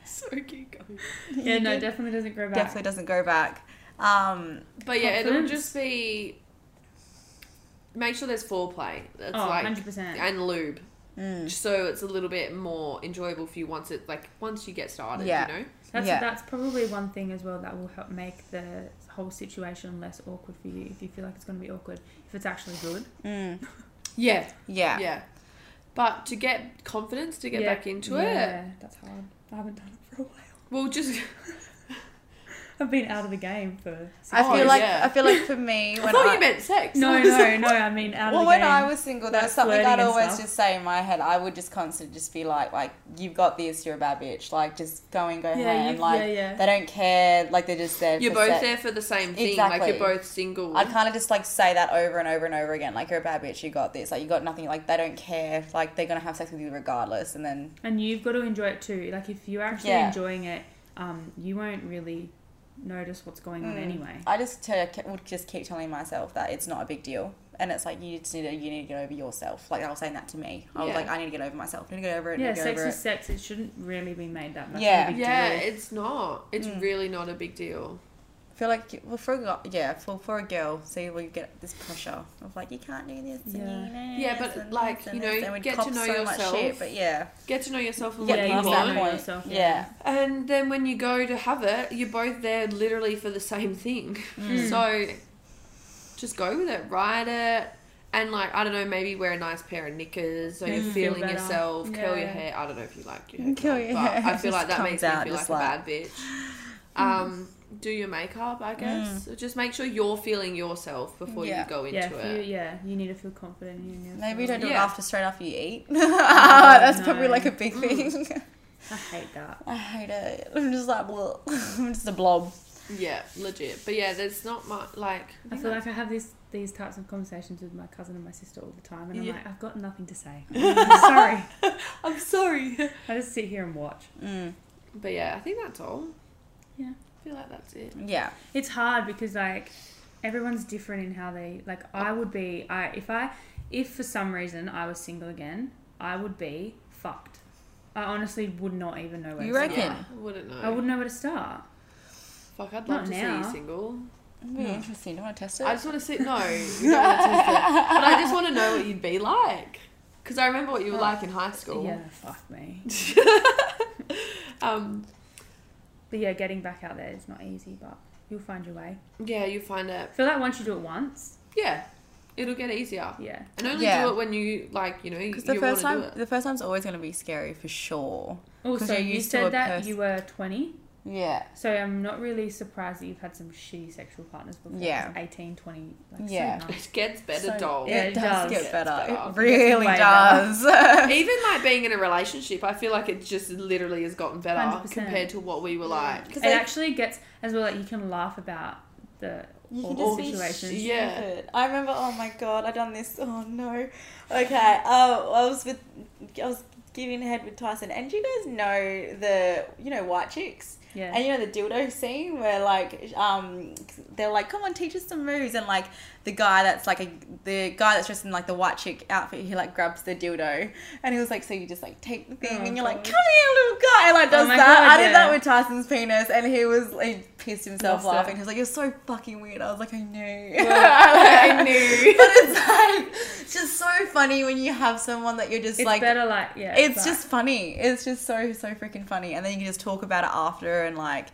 Speaker 3: So keep going.
Speaker 4: Yeah, no, definitely doesn't grow back.
Speaker 2: Definitely doesn't go back. Um,
Speaker 3: But yeah, it'll
Speaker 4: Confidence.
Speaker 3: just be. Make sure there's foreplay. That's
Speaker 4: oh,
Speaker 3: like
Speaker 4: 100%.
Speaker 3: and lube,
Speaker 2: mm.
Speaker 3: so it's a little bit more enjoyable for you once it like once you get started.
Speaker 2: Yeah.
Speaker 3: You know.
Speaker 4: That's
Speaker 2: Yeah.
Speaker 4: that's probably one thing as well that will help make the whole situation less awkward for you if you feel like it's going to be awkward if it's actually good.
Speaker 2: Mm.
Speaker 3: Yeah.
Speaker 2: Yeah.
Speaker 3: Yeah. But to get confidence to get
Speaker 4: Yeah.
Speaker 3: back into it,
Speaker 4: yeah, that's hard. I haven't done it for a while.
Speaker 3: well, just
Speaker 4: I've been out of the game for.
Speaker 2: I
Speaker 3: Oh,
Speaker 2: feel like
Speaker 3: yeah.
Speaker 2: I feel like for me
Speaker 3: I
Speaker 2: when
Speaker 3: thought
Speaker 2: I,
Speaker 3: you meant sex.
Speaker 4: No,
Speaker 3: I was
Speaker 4: no,
Speaker 3: like,
Speaker 4: no. I mean, out
Speaker 2: well
Speaker 4: of the
Speaker 2: when
Speaker 4: game.
Speaker 2: I was single, that
Speaker 4: Like
Speaker 2: was something
Speaker 4: flirting
Speaker 2: I'd
Speaker 4: and
Speaker 2: always
Speaker 4: stuff.
Speaker 2: just say in my head. I would just constantly just be like, like you've got this, you're a bad bitch. Like just go and go
Speaker 4: yeah,
Speaker 2: home.
Speaker 4: you,
Speaker 2: Like
Speaker 4: yeah, yeah.
Speaker 2: they don't care. Like they're just there.
Speaker 3: You're
Speaker 2: for
Speaker 3: both
Speaker 2: sex.
Speaker 3: there for the same thing. Like
Speaker 2: Exactly.
Speaker 3: you're both single.
Speaker 2: I'd kind of just like say that over and over and over again. Like you're a bad bitch. You got this. Like you got nothing. Like they don't care. Like they're gonna have sex with you regardless. And then
Speaker 4: and you've got to enjoy it too. Like if you're actually
Speaker 2: Yeah.
Speaker 4: enjoying it, um, you won't really notice what's going on
Speaker 2: Mm.
Speaker 4: anyway.
Speaker 2: I just te- ke- would just keep telling myself that it's not a big deal. And it's like you just need to you need to get over yourself. Like I was saying that to me. I was
Speaker 3: Yeah.
Speaker 2: like I need to get over myself. I need to get over it. I need
Speaker 4: Yeah,
Speaker 2: to get
Speaker 4: sex
Speaker 2: over
Speaker 4: is
Speaker 2: it.
Speaker 4: sex. It shouldn't really be made that much.
Speaker 2: Yeah.
Speaker 4: Of a big
Speaker 3: yeah,
Speaker 4: deal.
Speaker 3: it's not. It's
Speaker 2: Mm.
Speaker 3: really not a big deal.
Speaker 2: I feel like well, for a girl, yeah for for a girl, see we get this pressure of like you can't do this.
Speaker 4: Yeah.
Speaker 2: And you know,
Speaker 3: Yeah, but,
Speaker 2: this and
Speaker 3: like,
Speaker 2: this and
Speaker 3: you know,
Speaker 2: this, and we'd
Speaker 3: get to
Speaker 2: cop
Speaker 3: know
Speaker 2: so Much
Speaker 3: yourself.
Speaker 2: shit, but yeah,
Speaker 3: Get to know yourself a
Speaker 2: Yeah,
Speaker 3: little bit
Speaker 2: past
Speaker 4: you
Speaker 3: more.
Speaker 4: get
Speaker 2: that
Speaker 4: to know
Speaker 2: point,
Speaker 4: yourself,
Speaker 2: yeah.
Speaker 3: And then when you go to have it, you're both there literally for the same thing.
Speaker 2: Hmm.
Speaker 4: Mm.
Speaker 3: So just go with it, ride it. And like, I don't know, maybe wear a nice pair of knickers so you're feeling
Speaker 4: Mm. Feel better.
Speaker 3: yourself, curl your
Speaker 4: Yeah.
Speaker 3: hair. I don't know if you like your hair.
Speaker 2: Hmm. Curl
Speaker 3: curled,
Speaker 2: your
Speaker 3: but
Speaker 2: hair.
Speaker 3: I feel like
Speaker 2: Just
Speaker 3: that makes
Speaker 2: comes
Speaker 3: me
Speaker 2: out
Speaker 3: feel like,
Speaker 2: just like- Hmm.
Speaker 3: a bad bitch. Um, do your makeup, I guess. Just make sure you're feeling yourself before
Speaker 2: Yeah.
Speaker 3: you go into
Speaker 4: yeah, if
Speaker 3: it.
Speaker 4: you, yeah, you need to feel confident. You need to
Speaker 2: Maybe
Speaker 4: feel-
Speaker 2: you don't do it
Speaker 3: Yeah.
Speaker 2: after straight after you eat. That's
Speaker 4: no.
Speaker 2: probably like a big
Speaker 3: Mm.
Speaker 2: thing.
Speaker 4: I hate that.
Speaker 2: I hate it. I'm just like, well, I'm just a blob.
Speaker 3: Yeah, legit. But yeah, there's not much like.
Speaker 4: I feel like I have these these types of conversations with my cousin and my sister all the time, and I'm
Speaker 3: Yeah.
Speaker 4: like, I've got nothing to say. I'm sorry.
Speaker 3: I'm sorry.
Speaker 4: I just sit here and watch.
Speaker 2: Mm.
Speaker 3: But yeah, I think that's all.
Speaker 4: Yeah.
Speaker 3: I feel like that's it.
Speaker 2: Yeah.
Speaker 4: It's hard because like everyone's different in how they like. I would be I if I if for some reason I was single again, I would be fucked. I honestly would not even know where.
Speaker 2: You
Speaker 4: to
Speaker 2: reckon?
Speaker 4: Start.
Speaker 3: Yeah, I wouldn't know.
Speaker 4: I wouldn't know where to start.
Speaker 3: Fuck, I'd
Speaker 4: Not
Speaker 3: love to see
Speaker 4: now.
Speaker 3: you single.
Speaker 2: It'd be interesting. Do you want to test it?
Speaker 3: I just want to see. No, you don't want to test it. but I just want to know what you'd be like. Because I remember what you were like in high school.
Speaker 4: Yeah,
Speaker 2: Oh.
Speaker 4: fuck me.
Speaker 3: Um,
Speaker 4: But yeah, getting back out there is not easy, but you'll find your way.
Speaker 3: yeah, you find it.
Speaker 4: I feel like once you do it once,
Speaker 3: Yeah, it'll get easier.
Speaker 4: yeah,
Speaker 3: And only
Speaker 2: Yeah.
Speaker 3: do it when you like, you know, you
Speaker 2: Because the
Speaker 3: want
Speaker 2: first
Speaker 3: to do
Speaker 2: time,
Speaker 3: it.
Speaker 2: the first time's always going to be scary for sure.
Speaker 4: Also,
Speaker 2: you're
Speaker 4: you
Speaker 2: used to a
Speaker 4: said that
Speaker 2: pers-
Speaker 4: you were 20,
Speaker 2: Yeah.
Speaker 4: so I'm not really surprised that you've had some shitty sexual partners before.
Speaker 2: Yeah.
Speaker 4: 18, 20, like
Speaker 2: Yeah.
Speaker 4: so young.
Speaker 3: It gets better,
Speaker 2: So-
Speaker 3: doll.
Speaker 4: Yeah,
Speaker 2: it,
Speaker 4: it
Speaker 2: does,
Speaker 4: does.
Speaker 2: get
Speaker 3: It
Speaker 2: better.
Speaker 3: gets
Speaker 2: It
Speaker 3: better.
Speaker 2: really
Speaker 4: It gets way
Speaker 2: does.
Speaker 3: Even like being in a relationship, I feel like it just literally has gotten better
Speaker 4: 100%.
Speaker 3: compared to what we were like.
Speaker 4: It
Speaker 2: they-
Speaker 4: actually gets as well that you can laugh about the
Speaker 2: You
Speaker 4: all
Speaker 2: can just be
Speaker 4: situations.
Speaker 3: sh- Yeah.
Speaker 2: stupid. I remember. Oh my god, I done this. Oh no. Okay. Oh, I was with, I was giving head with Tyson, and do you guys know the, you know, white chicks.
Speaker 4: yeah.
Speaker 2: And you know the dildo scene where like um they're like, come on, teach us some moves, and like the guy that's like a the guy that's dressed in like the white chick outfit, he like grabs the dildo, and he was like, so you just like take the thing,
Speaker 4: Oh,
Speaker 2: and you're like,
Speaker 4: God.
Speaker 2: come here, little guy, and like
Speaker 4: Oh
Speaker 2: does
Speaker 4: my
Speaker 2: that.
Speaker 4: God,
Speaker 2: I did
Speaker 4: yeah.
Speaker 2: that with Tyson's penis, and he was he pissed himself
Speaker 4: Lost it.
Speaker 2: laughing. He was like, you're so fucking weird. I was like, I knew.
Speaker 3: I knew.
Speaker 2: But it's like it's just so funny when you have someone that you're just
Speaker 4: it's
Speaker 2: like
Speaker 4: better like yeah.
Speaker 2: it's
Speaker 4: like-
Speaker 2: just funny. It's just so so freaking funny, and then you can just talk about it after, and like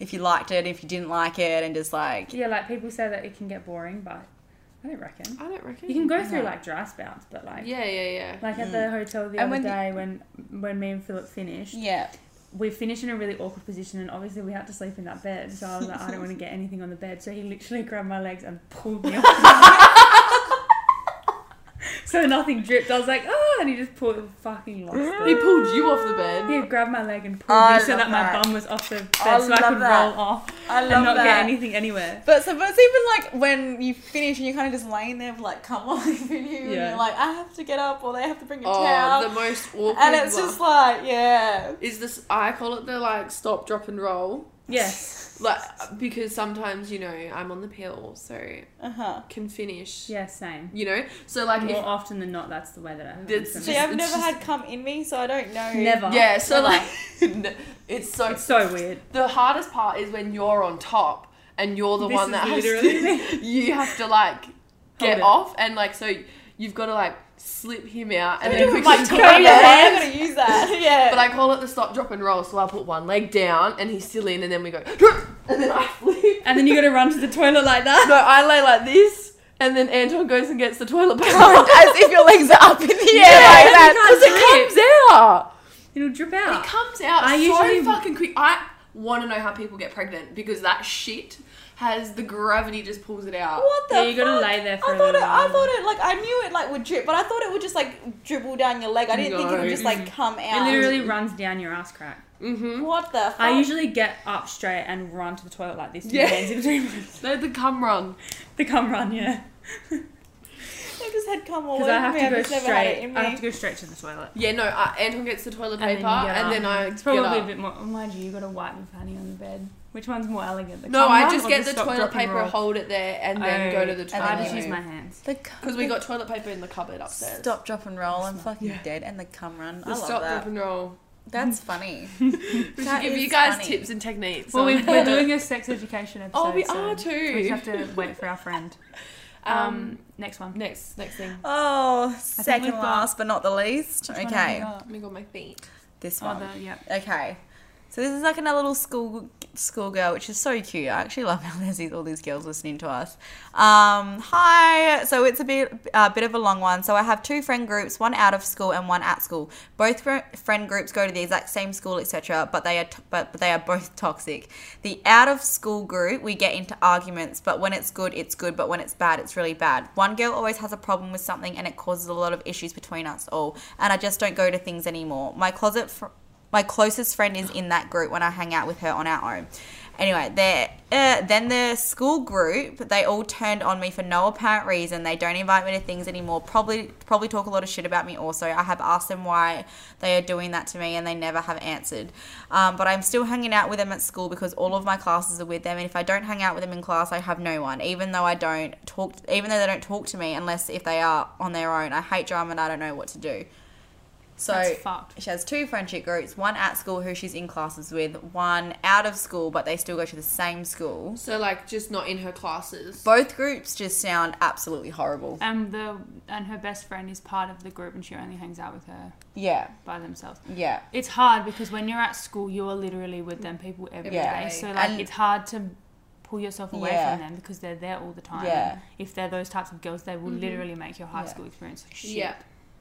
Speaker 2: if you liked it, if you didn't like it, and just like
Speaker 4: yeah, like people say that it can get boring, but I don't reckon.
Speaker 3: I don't reckon.
Speaker 4: You can go through
Speaker 2: No.
Speaker 4: like dry spouts, but like
Speaker 3: yeah, yeah, yeah.
Speaker 4: like at
Speaker 2: Mm.
Speaker 4: the hotel the
Speaker 2: And
Speaker 4: other
Speaker 2: when the-
Speaker 4: day when when me and Philip finished,
Speaker 2: Yeah.
Speaker 4: we finished in a really awkward position, and obviously we had to sleep in that bed. So I was like, I don't want to get anything on the bed. So he literally grabbed my legs and pulled me off. so nothing dripped. I was like, oh, and he just pulled fucking lost it.
Speaker 3: He pulled you off the bed.
Speaker 4: He grabbed my leg and pulled
Speaker 2: I
Speaker 4: me so
Speaker 2: love
Speaker 4: that my
Speaker 2: that.
Speaker 4: bum was off the bed,
Speaker 2: I
Speaker 4: so I
Speaker 2: love
Speaker 4: could
Speaker 2: that.
Speaker 4: roll off
Speaker 2: I
Speaker 4: and
Speaker 2: love
Speaker 4: not
Speaker 2: that.
Speaker 4: get anything anywhere.
Speaker 2: But so, but it's even like when you finish and you're kind of just laying there, like, come on, if you and
Speaker 4: Yeah.
Speaker 2: you're like, I have to get up, or they have to bring a
Speaker 3: Oh,
Speaker 2: towel,
Speaker 3: the most awkward.
Speaker 2: and it's just like, yeah,
Speaker 3: is this? I call it the like stop, drop, and roll.
Speaker 4: Yes,
Speaker 3: Like because sometimes you know I'm on the pill, so I
Speaker 2: uh huh.
Speaker 3: can finish.
Speaker 4: yeah, same.
Speaker 3: You know, so like
Speaker 4: More
Speaker 3: if,
Speaker 4: often than not, that's the way that I. happens
Speaker 3: That's
Speaker 4: for me.
Speaker 2: See, I've
Speaker 3: it's
Speaker 2: never
Speaker 3: just-
Speaker 2: had cum in me, so I don't know.
Speaker 4: never.
Speaker 3: yeah, so
Speaker 2: Never.
Speaker 3: like it's so
Speaker 4: it's so weird.
Speaker 3: the hardest part is when you're on top and you're the
Speaker 4: This
Speaker 3: one
Speaker 4: is
Speaker 3: that has
Speaker 4: literally
Speaker 3: to, you have to like get
Speaker 4: it.
Speaker 3: off and like so you've got to like slip him out and
Speaker 2: I
Speaker 3: then
Speaker 2: don't
Speaker 3: quickly
Speaker 2: know, like,
Speaker 3: put
Speaker 2: take my
Speaker 3: him
Speaker 2: hand,
Speaker 3: back.
Speaker 2: I'm gonna use that. Yeah.
Speaker 3: But I call it the stop, drop, and roll. So I put one leg down, and he's still in, and then we go, and then I flip.
Speaker 4: And then you got to run to the toilet like that.
Speaker 3: No, I lay like this, and then Anton goes and gets the toilet paper.
Speaker 2: as if your legs are up in the air
Speaker 3: Yeah,
Speaker 2: like that.
Speaker 3: because it comes out.
Speaker 4: It'll drip
Speaker 3: It
Speaker 4: out.
Speaker 3: comes out
Speaker 4: Ah, I
Speaker 3: so
Speaker 4: usually-
Speaker 3: fucking quick. I want to know how people get pregnant because that shit has the gravity just pulls it out.
Speaker 2: What the
Speaker 4: Yeah, you gotta
Speaker 2: fuck?
Speaker 4: lay there for
Speaker 2: I
Speaker 4: a
Speaker 2: thought it,
Speaker 4: little
Speaker 2: I
Speaker 4: while.
Speaker 2: thought it like I knew it like would drip, but I thought it would just like dribble down your leg. I didn't think it
Speaker 3: No.
Speaker 2: would just like come
Speaker 4: It
Speaker 2: out.
Speaker 4: literally runs down your ass crack.
Speaker 3: Mm-hmm.
Speaker 2: What the fuck?
Speaker 4: I usually get up straight and run to the toilet like this.
Speaker 3: Yeah.
Speaker 4: Yeah.
Speaker 3: No, the cum run.
Speaker 4: The cum run, yeah.
Speaker 2: I just had cum all
Speaker 4: Because
Speaker 2: over
Speaker 4: I have
Speaker 2: me.
Speaker 4: to
Speaker 2: I've
Speaker 4: go
Speaker 2: just never had it
Speaker 4: straight.
Speaker 2: in
Speaker 4: I
Speaker 2: me.
Speaker 4: have to go straight to the toilet.
Speaker 3: Yeah, no. Uh, Anton gets the toilet paper,
Speaker 4: you get
Speaker 3: and then,
Speaker 4: up.
Speaker 3: I
Speaker 4: it's
Speaker 3: get
Speaker 4: probably a
Speaker 3: up.
Speaker 4: bit more. Oh, mind you, you got to wipe with honey on the bed. Which one's more elegant? The
Speaker 3: No,
Speaker 4: cum
Speaker 3: I
Speaker 4: run
Speaker 3: just
Speaker 4: or
Speaker 3: get the
Speaker 4: stop,
Speaker 3: toilet
Speaker 4: drop, and
Speaker 3: paper,
Speaker 4: roll?
Speaker 3: hold it there, and then
Speaker 4: Oh,
Speaker 3: go to the
Speaker 2: and
Speaker 4: I
Speaker 2: then
Speaker 4: just
Speaker 2: you-
Speaker 4: use
Speaker 3: toilet.
Speaker 4: my hands.
Speaker 2: The
Speaker 3: Because we got toilet paper in the cupboard upstairs.
Speaker 2: Stop, drop, and roll. I'm fucking dead. And the cum run.
Speaker 3: The stop, drop, and roll.
Speaker 2: That's funny.
Speaker 3: We should
Speaker 2: That
Speaker 3: give you
Speaker 2: is
Speaker 3: guys
Speaker 2: funny.
Speaker 3: tips and techniques.
Speaker 4: Well,
Speaker 3: on-
Speaker 4: we, we're doing a sex education episode.
Speaker 3: oh, we
Speaker 4: so
Speaker 3: are
Speaker 4: We
Speaker 3: too.
Speaker 4: just have to wait for our friend.
Speaker 3: Um,
Speaker 4: Um, next one.
Speaker 3: next, next thing.
Speaker 2: Oh,
Speaker 4: we've
Speaker 2: second
Speaker 4: got-
Speaker 2: last but not the least.
Speaker 4: Which one have we
Speaker 2: Okay,
Speaker 4: got?
Speaker 3: Oh my god, my feet.
Speaker 2: this
Speaker 4: Oh,
Speaker 2: one.
Speaker 4: the, yeah.
Speaker 2: Okay. So this is like another little school school girl, which is so cute. I actually love how there's these- all these girls listening to us. Um, hi. So it's a bit a bit of a long one. So I have two friend groups, one out of school and one at school. Both fr- friend groups go to the exact same school, etc. But they are to- but, but they are both toxic. The out of school group we get into arguments, but when it's good, it's good. But when it's bad, it's really bad. One girl always has a problem with something, and it causes a lot of issues between us all. And I just don't go to things anymore. My closet. Fr- my closest friend is in that group when I hang out with her on our own. Anyway, they're, uh, then the school group, they all turned on me for no apparent reason. They don't invite me to things anymore. Probably, probably talk a lot of shit about me. Also, I have asked them why they are doing that to me, and they never have answered. Um, but I'm still hanging out with them at school because all of my classes are with them. And if I don't hang out with them in class, I have no one. Even though I don't talk, even though they don't talk to me, unless if they are on their own. I hate drama, and I don't know what to do. So
Speaker 4: That's fucked.
Speaker 2: she has two friendship groups, one at school who she's in classes with, one out of school, but they still go to the same school.
Speaker 3: So like, just not in her classes.
Speaker 2: Both groups just sound absolutely horrible.
Speaker 4: Um, the and her best friend is part of the group, and she only hangs out with her
Speaker 2: Yeah,
Speaker 4: by themselves.
Speaker 2: yeah.
Speaker 4: It's hard because when you're at school, you are literally with them people every day.
Speaker 2: Yeah.
Speaker 4: So like,
Speaker 2: And-
Speaker 4: it's hard to pull yourself away
Speaker 2: Yeah.
Speaker 4: from them because they're there all the time.
Speaker 2: Yeah.
Speaker 4: If they're those types of girls, they will literally make your high
Speaker 2: Yeah.
Speaker 4: school experience like shit.
Speaker 3: Yeah.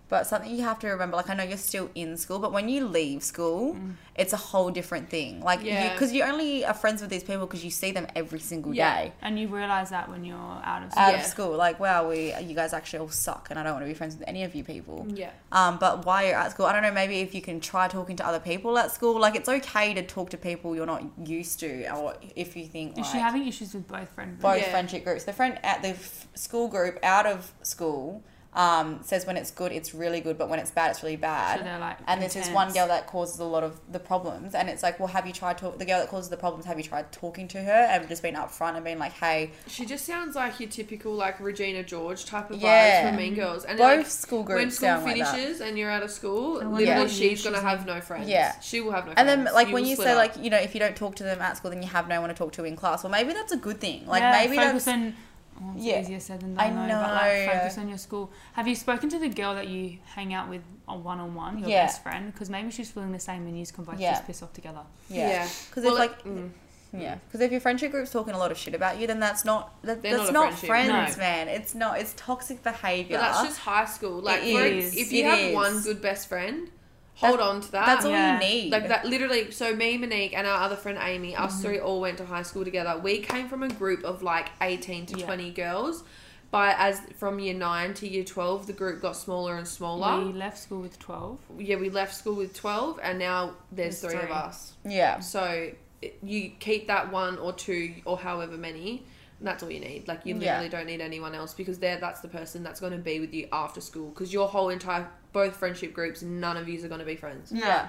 Speaker 2: But something you have to remember, like I know you're still in school, but when you leave school, it's a whole different thing. Like,
Speaker 3: Mm. Yeah.
Speaker 2: because you, only are friends with these people because you see them every single
Speaker 3: Yeah.
Speaker 2: day
Speaker 4: And you realize that when you're out of school.
Speaker 2: out
Speaker 3: Yeah.
Speaker 2: of school. Like, wow, we you guys actually all suck, and I don't want to be friends with any of you people.
Speaker 3: Yeah.
Speaker 2: um, but while you're at school, I don't know, maybe if you can try talking to other people at school, like it's okay to talk to people you're not used to, or if you think
Speaker 4: Is
Speaker 2: like
Speaker 4: she having issues with both friend groups?
Speaker 2: both
Speaker 3: Yeah.
Speaker 2: friendship groups, the friend at the f- school group out of school um, says when it's good, it's really good, but when it's bad, it's really bad.
Speaker 4: So they're like.
Speaker 2: and there's this one girl that causes a lot of the problems, and it's like, well, have you tried talk- the girl that causes the problems? Have you tried talking to her and just been upfront and being like, hey,
Speaker 3: She just sounds like your typical like Regina George type of vibes
Speaker 2: Yeah.
Speaker 3: from Mean Girls. And
Speaker 2: both
Speaker 3: like,
Speaker 2: school groups
Speaker 3: when school
Speaker 2: sound like that.
Speaker 3: finishes and you're out of school,
Speaker 4: I wonder
Speaker 3: literally
Speaker 2: what
Speaker 4: year
Speaker 3: she's
Speaker 4: she's
Speaker 3: gonna
Speaker 4: in.
Speaker 3: have no friends.
Speaker 2: Yeah.
Speaker 3: She will have no
Speaker 2: And
Speaker 3: friends.
Speaker 2: then, like,
Speaker 3: You
Speaker 2: when
Speaker 3: will
Speaker 2: you
Speaker 3: split
Speaker 2: say,
Speaker 3: up.
Speaker 2: like, you know, if you don't talk to them at school, then you have no one to talk to in class. Well, maybe that's a good thing. Like,
Speaker 4: yeah,
Speaker 2: maybe
Speaker 4: focus
Speaker 2: that's.
Speaker 4: on. Oh, it's
Speaker 2: Yeah.
Speaker 4: easier said than
Speaker 2: I
Speaker 4: done. though, But like,
Speaker 2: know.
Speaker 4: focus on your school. Have you spoken to the girl that you hang out with on one on one, your
Speaker 2: Yeah.
Speaker 4: best friend? Because maybe she's feeling the same, and you can both
Speaker 2: Yeah.
Speaker 4: just piss off together.
Speaker 2: yeah.
Speaker 3: yeah.
Speaker 2: Because
Speaker 3: Well,
Speaker 2: it's like.
Speaker 3: mm.
Speaker 2: Yeah, because if your friendship group's talking a lot of shit about you, then that's not that,
Speaker 3: They're
Speaker 2: that's
Speaker 3: not a
Speaker 2: not,
Speaker 3: friendship.
Speaker 2: friends,
Speaker 5: No.
Speaker 2: man. It's not. It's toxic
Speaker 3: But
Speaker 2: behavior.
Speaker 3: that's just high school. Like,
Speaker 2: It
Speaker 3: for ex-
Speaker 2: is.
Speaker 3: if you
Speaker 2: It
Speaker 3: have
Speaker 2: is.
Speaker 3: one good best friend, hold on to that.
Speaker 2: That's all
Speaker 5: Yeah.
Speaker 2: you need.
Speaker 3: Like that, literally. So me, Monique, and our other friend Amy, us three all went to high school together. We came from a group of like eighteen to
Speaker 5: Yeah.
Speaker 3: twenty girls. By as from year nine to year twelve, the group got smaller and
Speaker 5: We
Speaker 3: smaller.
Speaker 5: left school with 12.
Speaker 3: yeah, we left school with twelve, and now there's,
Speaker 5: There's
Speaker 3: three,
Speaker 5: three.
Speaker 3: of us.
Speaker 2: Yeah.
Speaker 3: So it- you keep that one or two or however many. And that's all you need. Like you
Speaker 2: Yeah.
Speaker 3: literally don't need anyone else because there that's the person that's going to be with you after school. Because your whole entire both friendship groups, none of you are going to be friends.
Speaker 2: Yeah.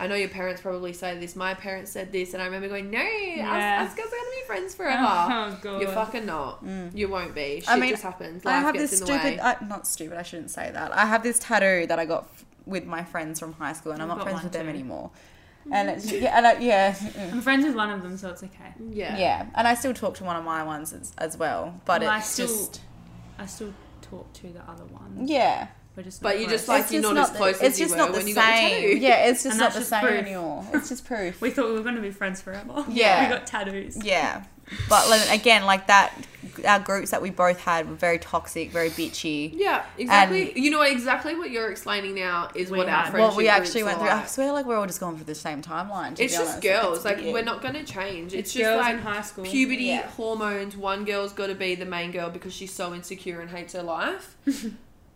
Speaker 3: I know your parents probably say this. My parents said this, and I remember going, "No,
Speaker 5: Yeah.
Speaker 3: us, us girls are gonna be friends forever."
Speaker 5: Oh, God.
Speaker 3: You're fucking not.
Speaker 2: Uh-huh. Mm.
Speaker 3: You won't be. Shit
Speaker 2: I mean,
Speaker 3: just happens. Life
Speaker 2: I have
Speaker 3: gets
Speaker 2: this
Speaker 3: in the way.
Speaker 2: stupid. I, not stupid. I shouldn't say that. I have this tattoo that I got f- with my friends from high school, and I'm
Speaker 5: I've
Speaker 2: not
Speaker 5: got
Speaker 2: friends
Speaker 5: one
Speaker 2: with them
Speaker 5: too.
Speaker 2: anymore. And it's, yeah, and I, yeah, mm,
Speaker 5: I'm friends with one of them, so it's okay.
Speaker 3: yeah.
Speaker 2: yeah, and I still talk to one of my ones as, as well, but
Speaker 5: Well, I
Speaker 2: it's
Speaker 5: still-
Speaker 2: just
Speaker 5: I still talk to the other one.
Speaker 2: yeah.
Speaker 5: We're just
Speaker 3: But
Speaker 5: not
Speaker 3: you
Speaker 5: close.
Speaker 3: just like
Speaker 2: It's
Speaker 3: you're
Speaker 2: just
Speaker 3: not, as
Speaker 2: the-
Speaker 3: close
Speaker 2: it's
Speaker 3: as you
Speaker 2: just
Speaker 3: were
Speaker 2: not
Speaker 3: when
Speaker 2: the
Speaker 3: you got the tattoo.
Speaker 2: same. Yeah, it's just
Speaker 5: And
Speaker 2: not
Speaker 5: that's
Speaker 2: the
Speaker 5: just
Speaker 2: same
Speaker 5: proof.
Speaker 2: anymore. It's just proof.
Speaker 5: We thought we were going to be friends forever.
Speaker 2: Yeah.
Speaker 5: we got tattoos.
Speaker 2: Yeah, but like, again, like that, our groups that we both had were very toxic, very bitchy.
Speaker 3: Yeah, exactly. you know what? Exactly what you're explaining now is
Speaker 5: We
Speaker 3: what
Speaker 5: had-
Speaker 3: our
Speaker 5: What
Speaker 3: friendship
Speaker 2: What we actually
Speaker 3: groups are
Speaker 2: went through, I
Speaker 3: like.
Speaker 2: swear, like we're all just going through the same timeline. To
Speaker 3: It's
Speaker 2: be
Speaker 3: just
Speaker 2: honest.
Speaker 3: girls.
Speaker 2: It's
Speaker 3: like
Speaker 2: weird.
Speaker 3: we're not gonna change. It's,
Speaker 4: It's
Speaker 3: just
Speaker 4: girls
Speaker 3: like
Speaker 4: in high school.
Speaker 3: puberty
Speaker 2: Yeah.
Speaker 3: hormones one girl's got to be the main girl because she's so insecure and hates her life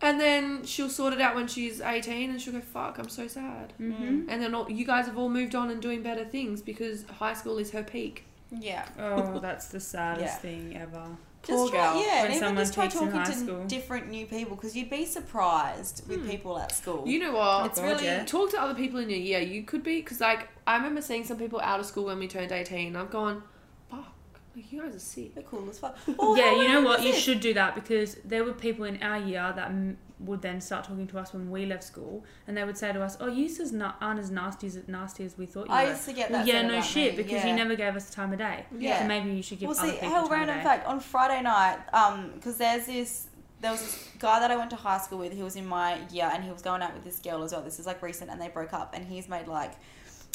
Speaker 3: and then she'll sort it out when she's 18 and she'll go fuck i'm so sad
Speaker 4: Mm-hmm.
Speaker 3: and then all, you guys have all moved on and doing better things because high school is her peak
Speaker 2: Yeah.
Speaker 4: Oh, that's the saddest
Speaker 2: Yeah.
Speaker 4: thing ever.
Speaker 2: Just
Speaker 4: Poor
Speaker 2: try,
Speaker 4: girl.
Speaker 2: yeah,
Speaker 4: When
Speaker 2: and even
Speaker 4: someone
Speaker 2: just try
Speaker 4: takes in
Speaker 2: talking
Speaker 4: high
Speaker 2: to
Speaker 4: school.
Speaker 2: different new people because you'd be surprised with
Speaker 3: Hmm.
Speaker 2: people at school.
Speaker 3: you know what
Speaker 2: it's
Speaker 4: God,
Speaker 2: really
Speaker 4: yeah.
Speaker 3: talk to other people in your year you could be because like i remember seeing some people out of school when we turned 18 and i've gone fuck like you guys are sick
Speaker 2: they're cool as fuck.
Speaker 5: yeah, you know what? You should do that because there were people in our year that m- would then start talking to us when we left school, and they would say to us, "Oh, you as na- aren't as nasty as nasty as we thought you
Speaker 2: I
Speaker 5: were."
Speaker 2: used to get that.
Speaker 5: Well, yeah,
Speaker 2: said
Speaker 5: no
Speaker 2: about
Speaker 5: shit,
Speaker 2: me,
Speaker 5: because
Speaker 2: yeah.
Speaker 5: you never gave us the time of day.
Speaker 2: Yeah.
Speaker 5: So maybe you should give
Speaker 2: well,
Speaker 5: other
Speaker 2: see,
Speaker 5: people
Speaker 2: hell,
Speaker 5: time eh?
Speaker 2: random
Speaker 5: of day.
Speaker 2: fact on Friday night, um, because there's this, there was this guy that I went to high school with. He was in my year, and he was going out with this girl as well. This is like recent, and they broke up, and he's made like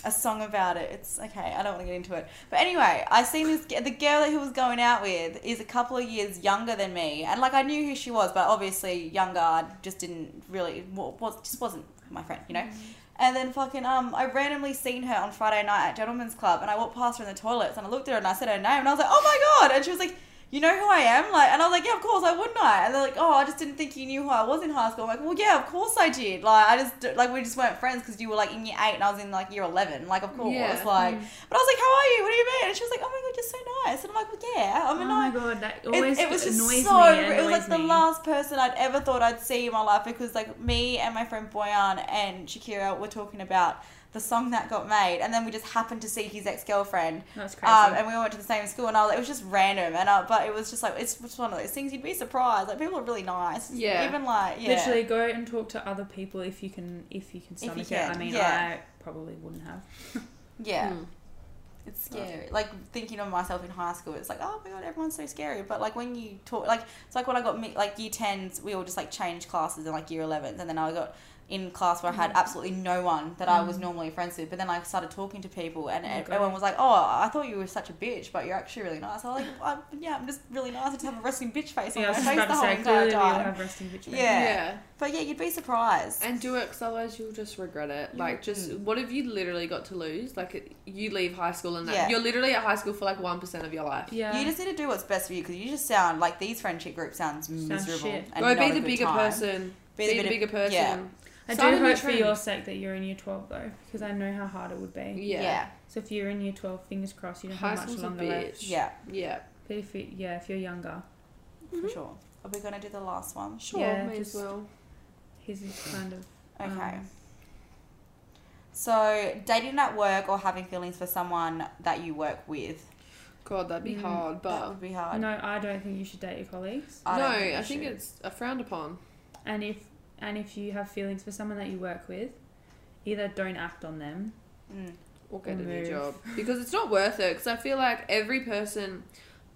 Speaker 2: a song about it. It's okay. I don't want to get into it, but anyway, I seen this. g- The girl that he was going out with is a couple of years younger than me, and like I knew who she was, but obviously younger. I just didn't really wa- was just wasn't my friend, you know.
Speaker 5: Mm-hmm.
Speaker 2: And then fucking um, I randomly seen her on Friday night at Gentlemen's Club, and I walked past her in the toilets, and I looked at her and I said her name, and I was like, oh my god, and she was like, you know who I am, like, and I was like, yeah, of course, I wouldn't I? And they're like, oh, I just didn't think you knew who I was in high school. I'm like, well, yeah, of course I did. Like, I just like we just weren't friends because you were like in year eight and I was in like year eleven. Like, of course,
Speaker 3: Yeah.
Speaker 2: like,
Speaker 5: Mm.
Speaker 2: but I was like, how are you? What do you mean? And she was like, oh my god, you're so nice. And I'm like, well, yeah, I'm
Speaker 5: oh my
Speaker 2: a nice.
Speaker 5: god, that
Speaker 2: It-
Speaker 5: always
Speaker 2: it, was just
Speaker 5: annoys
Speaker 2: so.
Speaker 5: me.
Speaker 2: it was like
Speaker 5: annoys
Speaker 2: the
Speaker 5: me.
Speaker 2: last person I'd ever thought I'd see in my life because like me and my friend Boyan and Shakira were talking about the song that got made, and then we just happened to see his ex girlfriend,
Speaker 5: That's crazy.
Speaker 2: um, and we all went to the same school, and I was, it was just random, and I, but it was just like it's just one of those things you'd be surprised. Like people are really nice.
Speaker 3: Yeah.
Speaker 2: Even like yeah.
Speaker 4: Literally, go and talk to other people if you can. If you can
Speaker 2: you
Speaker 4: stomach
Speaker 2: can,
Speaker 4: it. I mean,
Speaker 2: yeah.
Speaker 4: I probably wouldn't have.
Speaker 2: Yeah.
Speaker 3: Hmm.
Speaker 2: It's scary. Like thinking of myself in high school, it's like, oh my god, everyone's so scary. But like when you talk, like it's like when I got mi- like year tens, we all just like changed classes in like year elevens, and then I got in class where I had absolutely no one that I was normally friends with. But then I started talking to people, and ev-
Speaker 5: God.
Speaker 2: everyone was like, oh, I thought you were such a bitch, but you're actually really nice. I was like, I'm, yeah, I'm just really nice. I just have a resting bitch face on
Speaker 5: yeah, I
Speaker 2: my
Speaker 5: was just
Speaker 2: face
Speaker 5: about to
Speaker 2: the whole
Speaker 5: say,
Speaker 2: entire
Speaker 5: clearly we all
Speaker 2: time.
Speaker 5: have resting bitch
Speaker 2: Yeah.
Speaker 3: yeah.
Speaker 2: But yeah, you'd be surprised.
Speaker 3: And do it because otherwise you'll just regret it.
Speaker 2: You
Speaker 3: Like, just
Speaker 2: wouldn't.
Speaker 3: what have you literally got to lose? Like, it- you leave high school and that.
Speaker 2: Yeah.
Speaker 3: You're literally at high school for like 1% of your life.
Speaker 5: Yeah.
Speaker 4: uh,
Speaker 2: You just need to do what's best for you because you just sound like these friendship groups sounds miserable.
Speaker 5: shit.
Speaker 2: and
Speaker 3: Go
Speaker 2: not
Speaker 3: be the
Speaker 2: a good
Speaker 3: bigger
Speaker 2: time.
Speaker 3: person. Be the,
Speaker 2: bit of-
Speaker 3: bigger person.
Speaker 2: yeah.
Speaker 4: I do
Speaker 3: Start a new
Speaker 4: hope for
Speaker 3: trend.
Speaker 4: your sake that you're in year twelve though, because I know how hard it would be.
Speaker 3: Yeah.
Speaker 2: yeah.
Speaker 4: So if you're in year twelve, fingers crossed, you don't
Speaker 3: High
Speaker 4: have much
Speaker 3: school's a
Speaker 4: longer
Speaker 3: bitch.
Speaker 4: left.
Speaker 2: Yeah,
Speaker 3: Yeah.
Speaker 4: But if you, yeah, if you're younger,
Speaker 2: for sure. Mm-hmm. Are we gonna do the last one?
Speaker 3: Sure.
Speaker 4: Yeah,
Speaker 3: may as
Speaker 4: just-
Speaker 3: well.
Speaker 4: his is kind of
Speaker 2: Okay.
Speaker 4: Um.
Speaker 2: so dating at work or having feelings for someone that you work with
Speaker 3: God, that'd be
Speaker 4: Mm,
Speaker 3: hard.
Speaker 2: that
Speaker 3: But
Speaker 2: would be hard.
Speaker 4: no. I don't think you should date your colleagues.
Speaker 2: I
Speaker 3: no,
Speaker 2: don't
Speaker 3: I
Speaker 2: you
Speaker 3: think
Speaker 2: should.
Speaker 3: it's a frowned upon.
Speaker 4: And if and if you have feelings for someone that you work with, either don't act on them.
Speaker 2: Mm.
Speaker 3: Or get a new
Speaker 4: Move.
Speaker 3: job. Because it's not worth it. Because I feel like every person.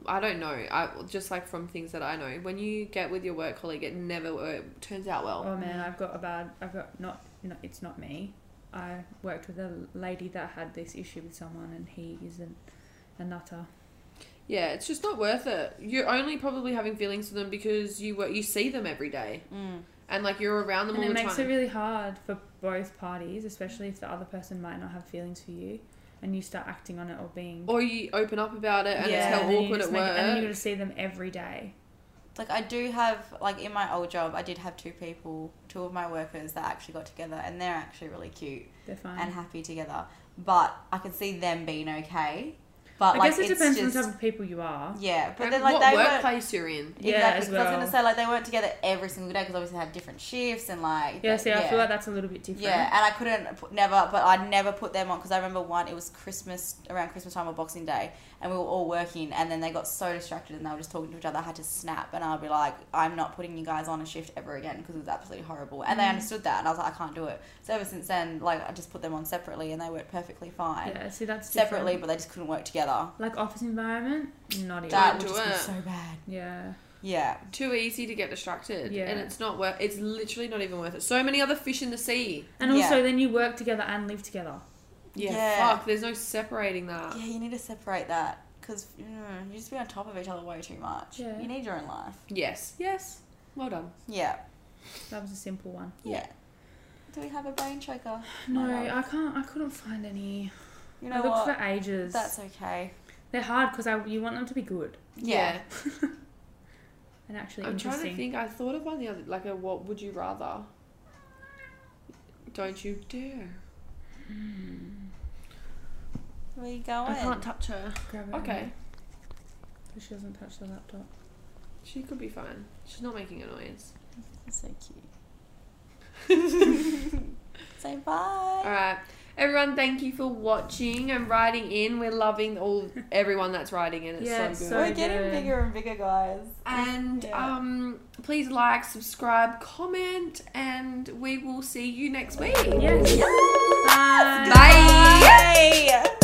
Speaker 3: I don't know. I just like from things that I know. When you get with your Oh, work colleague, it never wor- uh, turns out well.
Speaker 4: Oh man, I've got a bad. I've got not. No, it's not me. I worked with a lady that had this issue with someone, and he is an, a nutter.
Speaker 3: Yeah, it's just not worth it. You're only probably having feelings for them because you were you see them every day,
Speaker 2: Mm.
Speaker 3: and like you're around them
Speaker 4: And
Speaker 3: all
Speaker 4: it
Speaker 3: the
Speaker 4: makes
Speaker 3: time.
Speaker 4: it really hard for both parties, especially if the other person might not have feelings for you, and you start acting on it or being.
Speaker 3: or you open up about it, and
Speaker 2: Yeah,
Speaker 3: it's
Speaker 4: and
Speaker 3: Oh, how
Speaker 4: then you
Speaker 3: awkward
Speaker 4: just
Speaker 3: it
Speaker 4: make And then you got
Speaker 3: works.
Speaker 4: to see them every day.
Speaker 2: Like I do have like in my old job, I did have two people, two of my workers that actually got together, and they're actually really cute
Speaker 4: They're fine.
Speaker 2: and happy together. But I can see them being okay. But
Speaker 4: I
Speaker 2: like
Speaker 4: guess it
Speaker 2: it's
Speaker 4: depends
Speaker 2: just,
Speaker 4: on the type of people you are.
Speaker 2: Yeah, but
Speaker 3: And
Speaker 2: then like
Speaker 3: what
Speaker 2: they weren't.
Speaker 3: workplace you're in?
Speaker 2: exactly.
Speaker 4: Yeah, as
Speaker 2: 'cause I was
Speaker 4: well.
Speaker 2: gonna say like they weren't together every single day because obviously they had different shifts and like.
Speaker 4: Yeah,
Speaker 2: they-
Speaker 4: see, I feel like that's a little bit different.
Speaker 2: Yeah, and I couldn't put, never, but I never put them on because I remember one. It was Christmas around Christmas time or Boxing Day, and we were all working, and then they got so distracted and they were just talking to each other. I had to snap, and I'd be like, "I'm not putting you guys on a shift ever again because it was absolutely horrible."
Speaker 4: Mm-hmm.
Speaker 2: And they understood that, and I was like, "I can't do it." So ever since then, like I just put them on separately, and they worked perfectly fine
Speaker 4: Yeah, see, that's
Speaker 2: separately,
Speaker 4: different.
Speaker 2: but they just couldn't work together.
Speaker 4: Like office environment, not even.
Speaker 2: That would
Speaker 3: do
Speaker 2: just be
Speaker 3: it.
Speaker 2: so bad.
Speaker 4: Yeah.
Speaker 2: Yeah.
Speaker 3: Too easy to get distracted,
Speaker 4: Yeah.
Speaker 3: and it's not worth. It's literally not even worth it. So many other fish in the sea.
Speaker 4: And
Speaker 2: Yeah.
Speaker 4: also, then you work together and live together.
Speaker 3: Yeah,
Speaker 2: Yeah.
Speaker 3: fuck. There's no separating
Speaker 4: Ah.
Speaker 3: that.
Speaker 2: Yeah, you need to separate that because mm, you just be on top of each other way too much.
Speaker 4: Yeah.
Speaker 2: You need your own life.
Speaker 3: Yes, yes. Well done.
Speaker 2: Yeah.
Speaker 4: That was a simple one.
Speaker 2: Yeah. Do we have a brain choker?
Speaker 4: No,
Speaker 2: Oh, no.
Speaker 4: I can't. I couldn't find any.
Speaker 2: You
Speaker 4: I
Speaker 2: know
Speaker 4: looked
Speaker 2: what?
Speaker 4: for ages.
Speaker 2: That's okay.
Speaker 4: They're hard because I you want them to be good
Speaker 2: Yeah.
Speaker 4: and actually
Speaker 3: I'm trying
Speaker 4: interesting.
Speaker 3: to think. I thought of one the other, like a what would you rather? Don't you dare.
Speaker 2: Where you going?
Speaker 3: touch her.
Speaker 4: Grab it
Speaker 3: Okay,
Speaker 4: Because she doesn't touch the laptop.
Speaker 3: she could be fine. She's not making a noise.
Speaker 2: That's so cute. Say bye.
Speaker 3: All right, everyone. Thank you for watching and writing in. We're loving all everyone that's writing in. It's
Speaker 4: Yeah, it's
Speaker 3: so good.
Speaker 4: so-
Speaker 2: We're getting
Speaker 4: good.
Speaker 2: bigger and bigger, guys.
Speaker 3: and
Speaker 2: Yeah.
Speaker 3: um, please like, subscribe, comment, and we will see you next week.
Speaker 4: Yes. Bye.
Speaker 3: Bye.
Speaker 2: Bye.